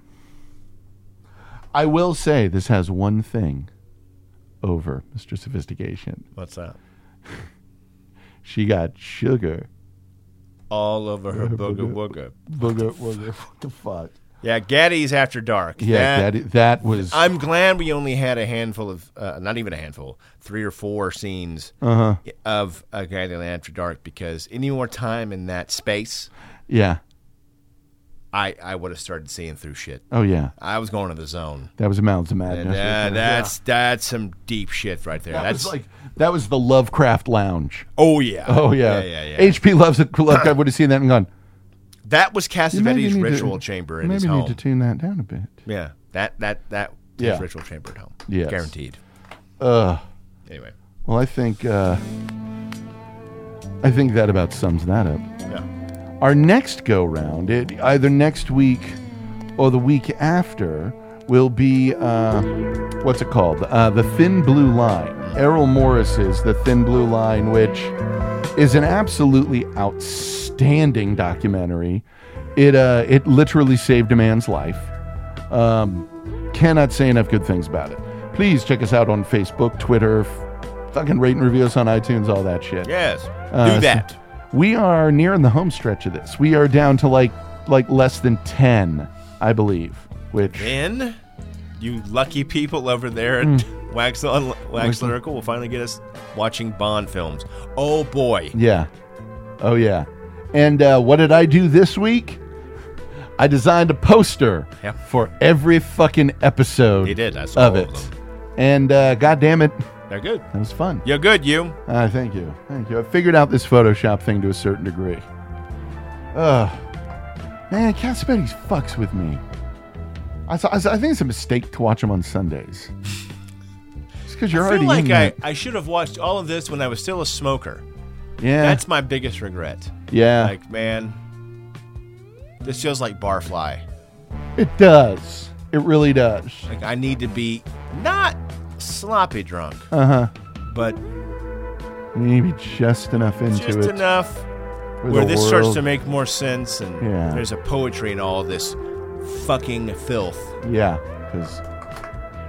A: I will say this has one thing over Mr. Sophistication.
B: what's that
A: She got sugar.
B: all over her booger wooger <laughs>
A: Booger, booger. What the fuck?
B: yeah gaddy's after dark
A: Yeah, that, that, was.
B: i'm glad we only had a handful of uh, not even a handful three or four scenes
A: uh-huh.
B: of uh, gaddy after dark because any more time in that space
A: yeah.
B: i i would have started seeing through shit
A: Oh, yeah.
B: I was going to the zone.
A: That was Mouths of Madness.
B: And uh, that's that's some deep shit right there.
A: That
B: that's
A: was like that was the Lovecraft Lounge.
B: oh yeah,
A: Oh yeah,
B: yeah, yeah.
A: HP loves it. Lovecraft would have seen that and gone.
B: that was
A: "You maybe
B: Cassavetes'
A: need to-
B: ritual chamber in
A: Maybe
B: his
A: need
B: home.
A: to tune that down a bit.
B: yeah, that that that his
A: Yeah.
B: ritual chamber at home.
A: Yes.
B: guaranteed. Uh. Anyway,
A: Well, I think uh, I think that about sums that up.
B: yeah.
A: Our next go round, it either next week or the week after, will be uh, what's it called? Uh, the Thin Blue Line. Errol Morris's The Thin Blue Line, which is an absolutely outstanding documentary. It uh, it literally saved a man's life. Um, cannot say enough good things about it. Please check us out on Facebook, Twitter, f- fucking rate and review us on iTunes, all that shit.
B: Yes,
A: Uh,
B: do that.
A: We are nearing the home stretch of this. We are down to like like less than ten, I believe. Which
B: Then you lucky people over there at
A: Mm.
B: Wax on Wax Lyrical will finally get us watching Bond films. Oh boy,
A: yeah, oh yeah. And uh, what did I do this week? I designed a poster
B: Yeah.
A: for every fucking episode.
B: You did. I saw
A: of
B: all
A: it.
B: of
A: and uh, god damn it,
B: they're good.
A: that was fun.
B: You're good, you.
A: Ah, thank you. Thank you. I figured out this Photoshop thing to a certain degree. Ugh. Man, Cassavetes fucks with me. I, saw, I, saw- I think it's a mistake to watch him on Sundays. It's because you're
B: I
A: already
B: feel like
A: in
B: I,
A: that-
B: I should have watched all of this when I was still a smoker.
A: Yeah.
B: That's my biggest regret.
A: yeah.
B: Like, man, this feels like barfly.
A: it does. It really does.
B: Like, I need to be not sloppy drunk,
A: Uh huh.
B: but
A: Maybe just enough into
B: just
A: it.
B: enough
A: for
B: where
A: the
B: this starts
A: world.
B: to make more sense and
A: Yeah.
B: there's a poetry in all this fucking filth.
A: Yeah. Because.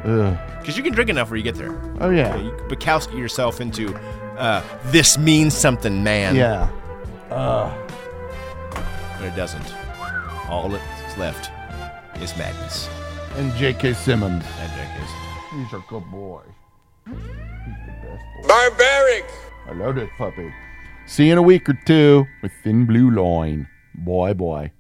A: Ugh.
B: Because you can drink enough where you get there.
A: Oh, yeah.
B: You can Bukowski yourself into uh, this means something, man.
A: Yeah.
B: But it doesn't. All that's left is madness.
A: And J.K. Simmons.
B: That drink is.
A: He's a good boy. He's the best boy.
C: Barbaric!
A: I love this puppy. See you in a week or two with Thin Blue Loin. Boy, boy.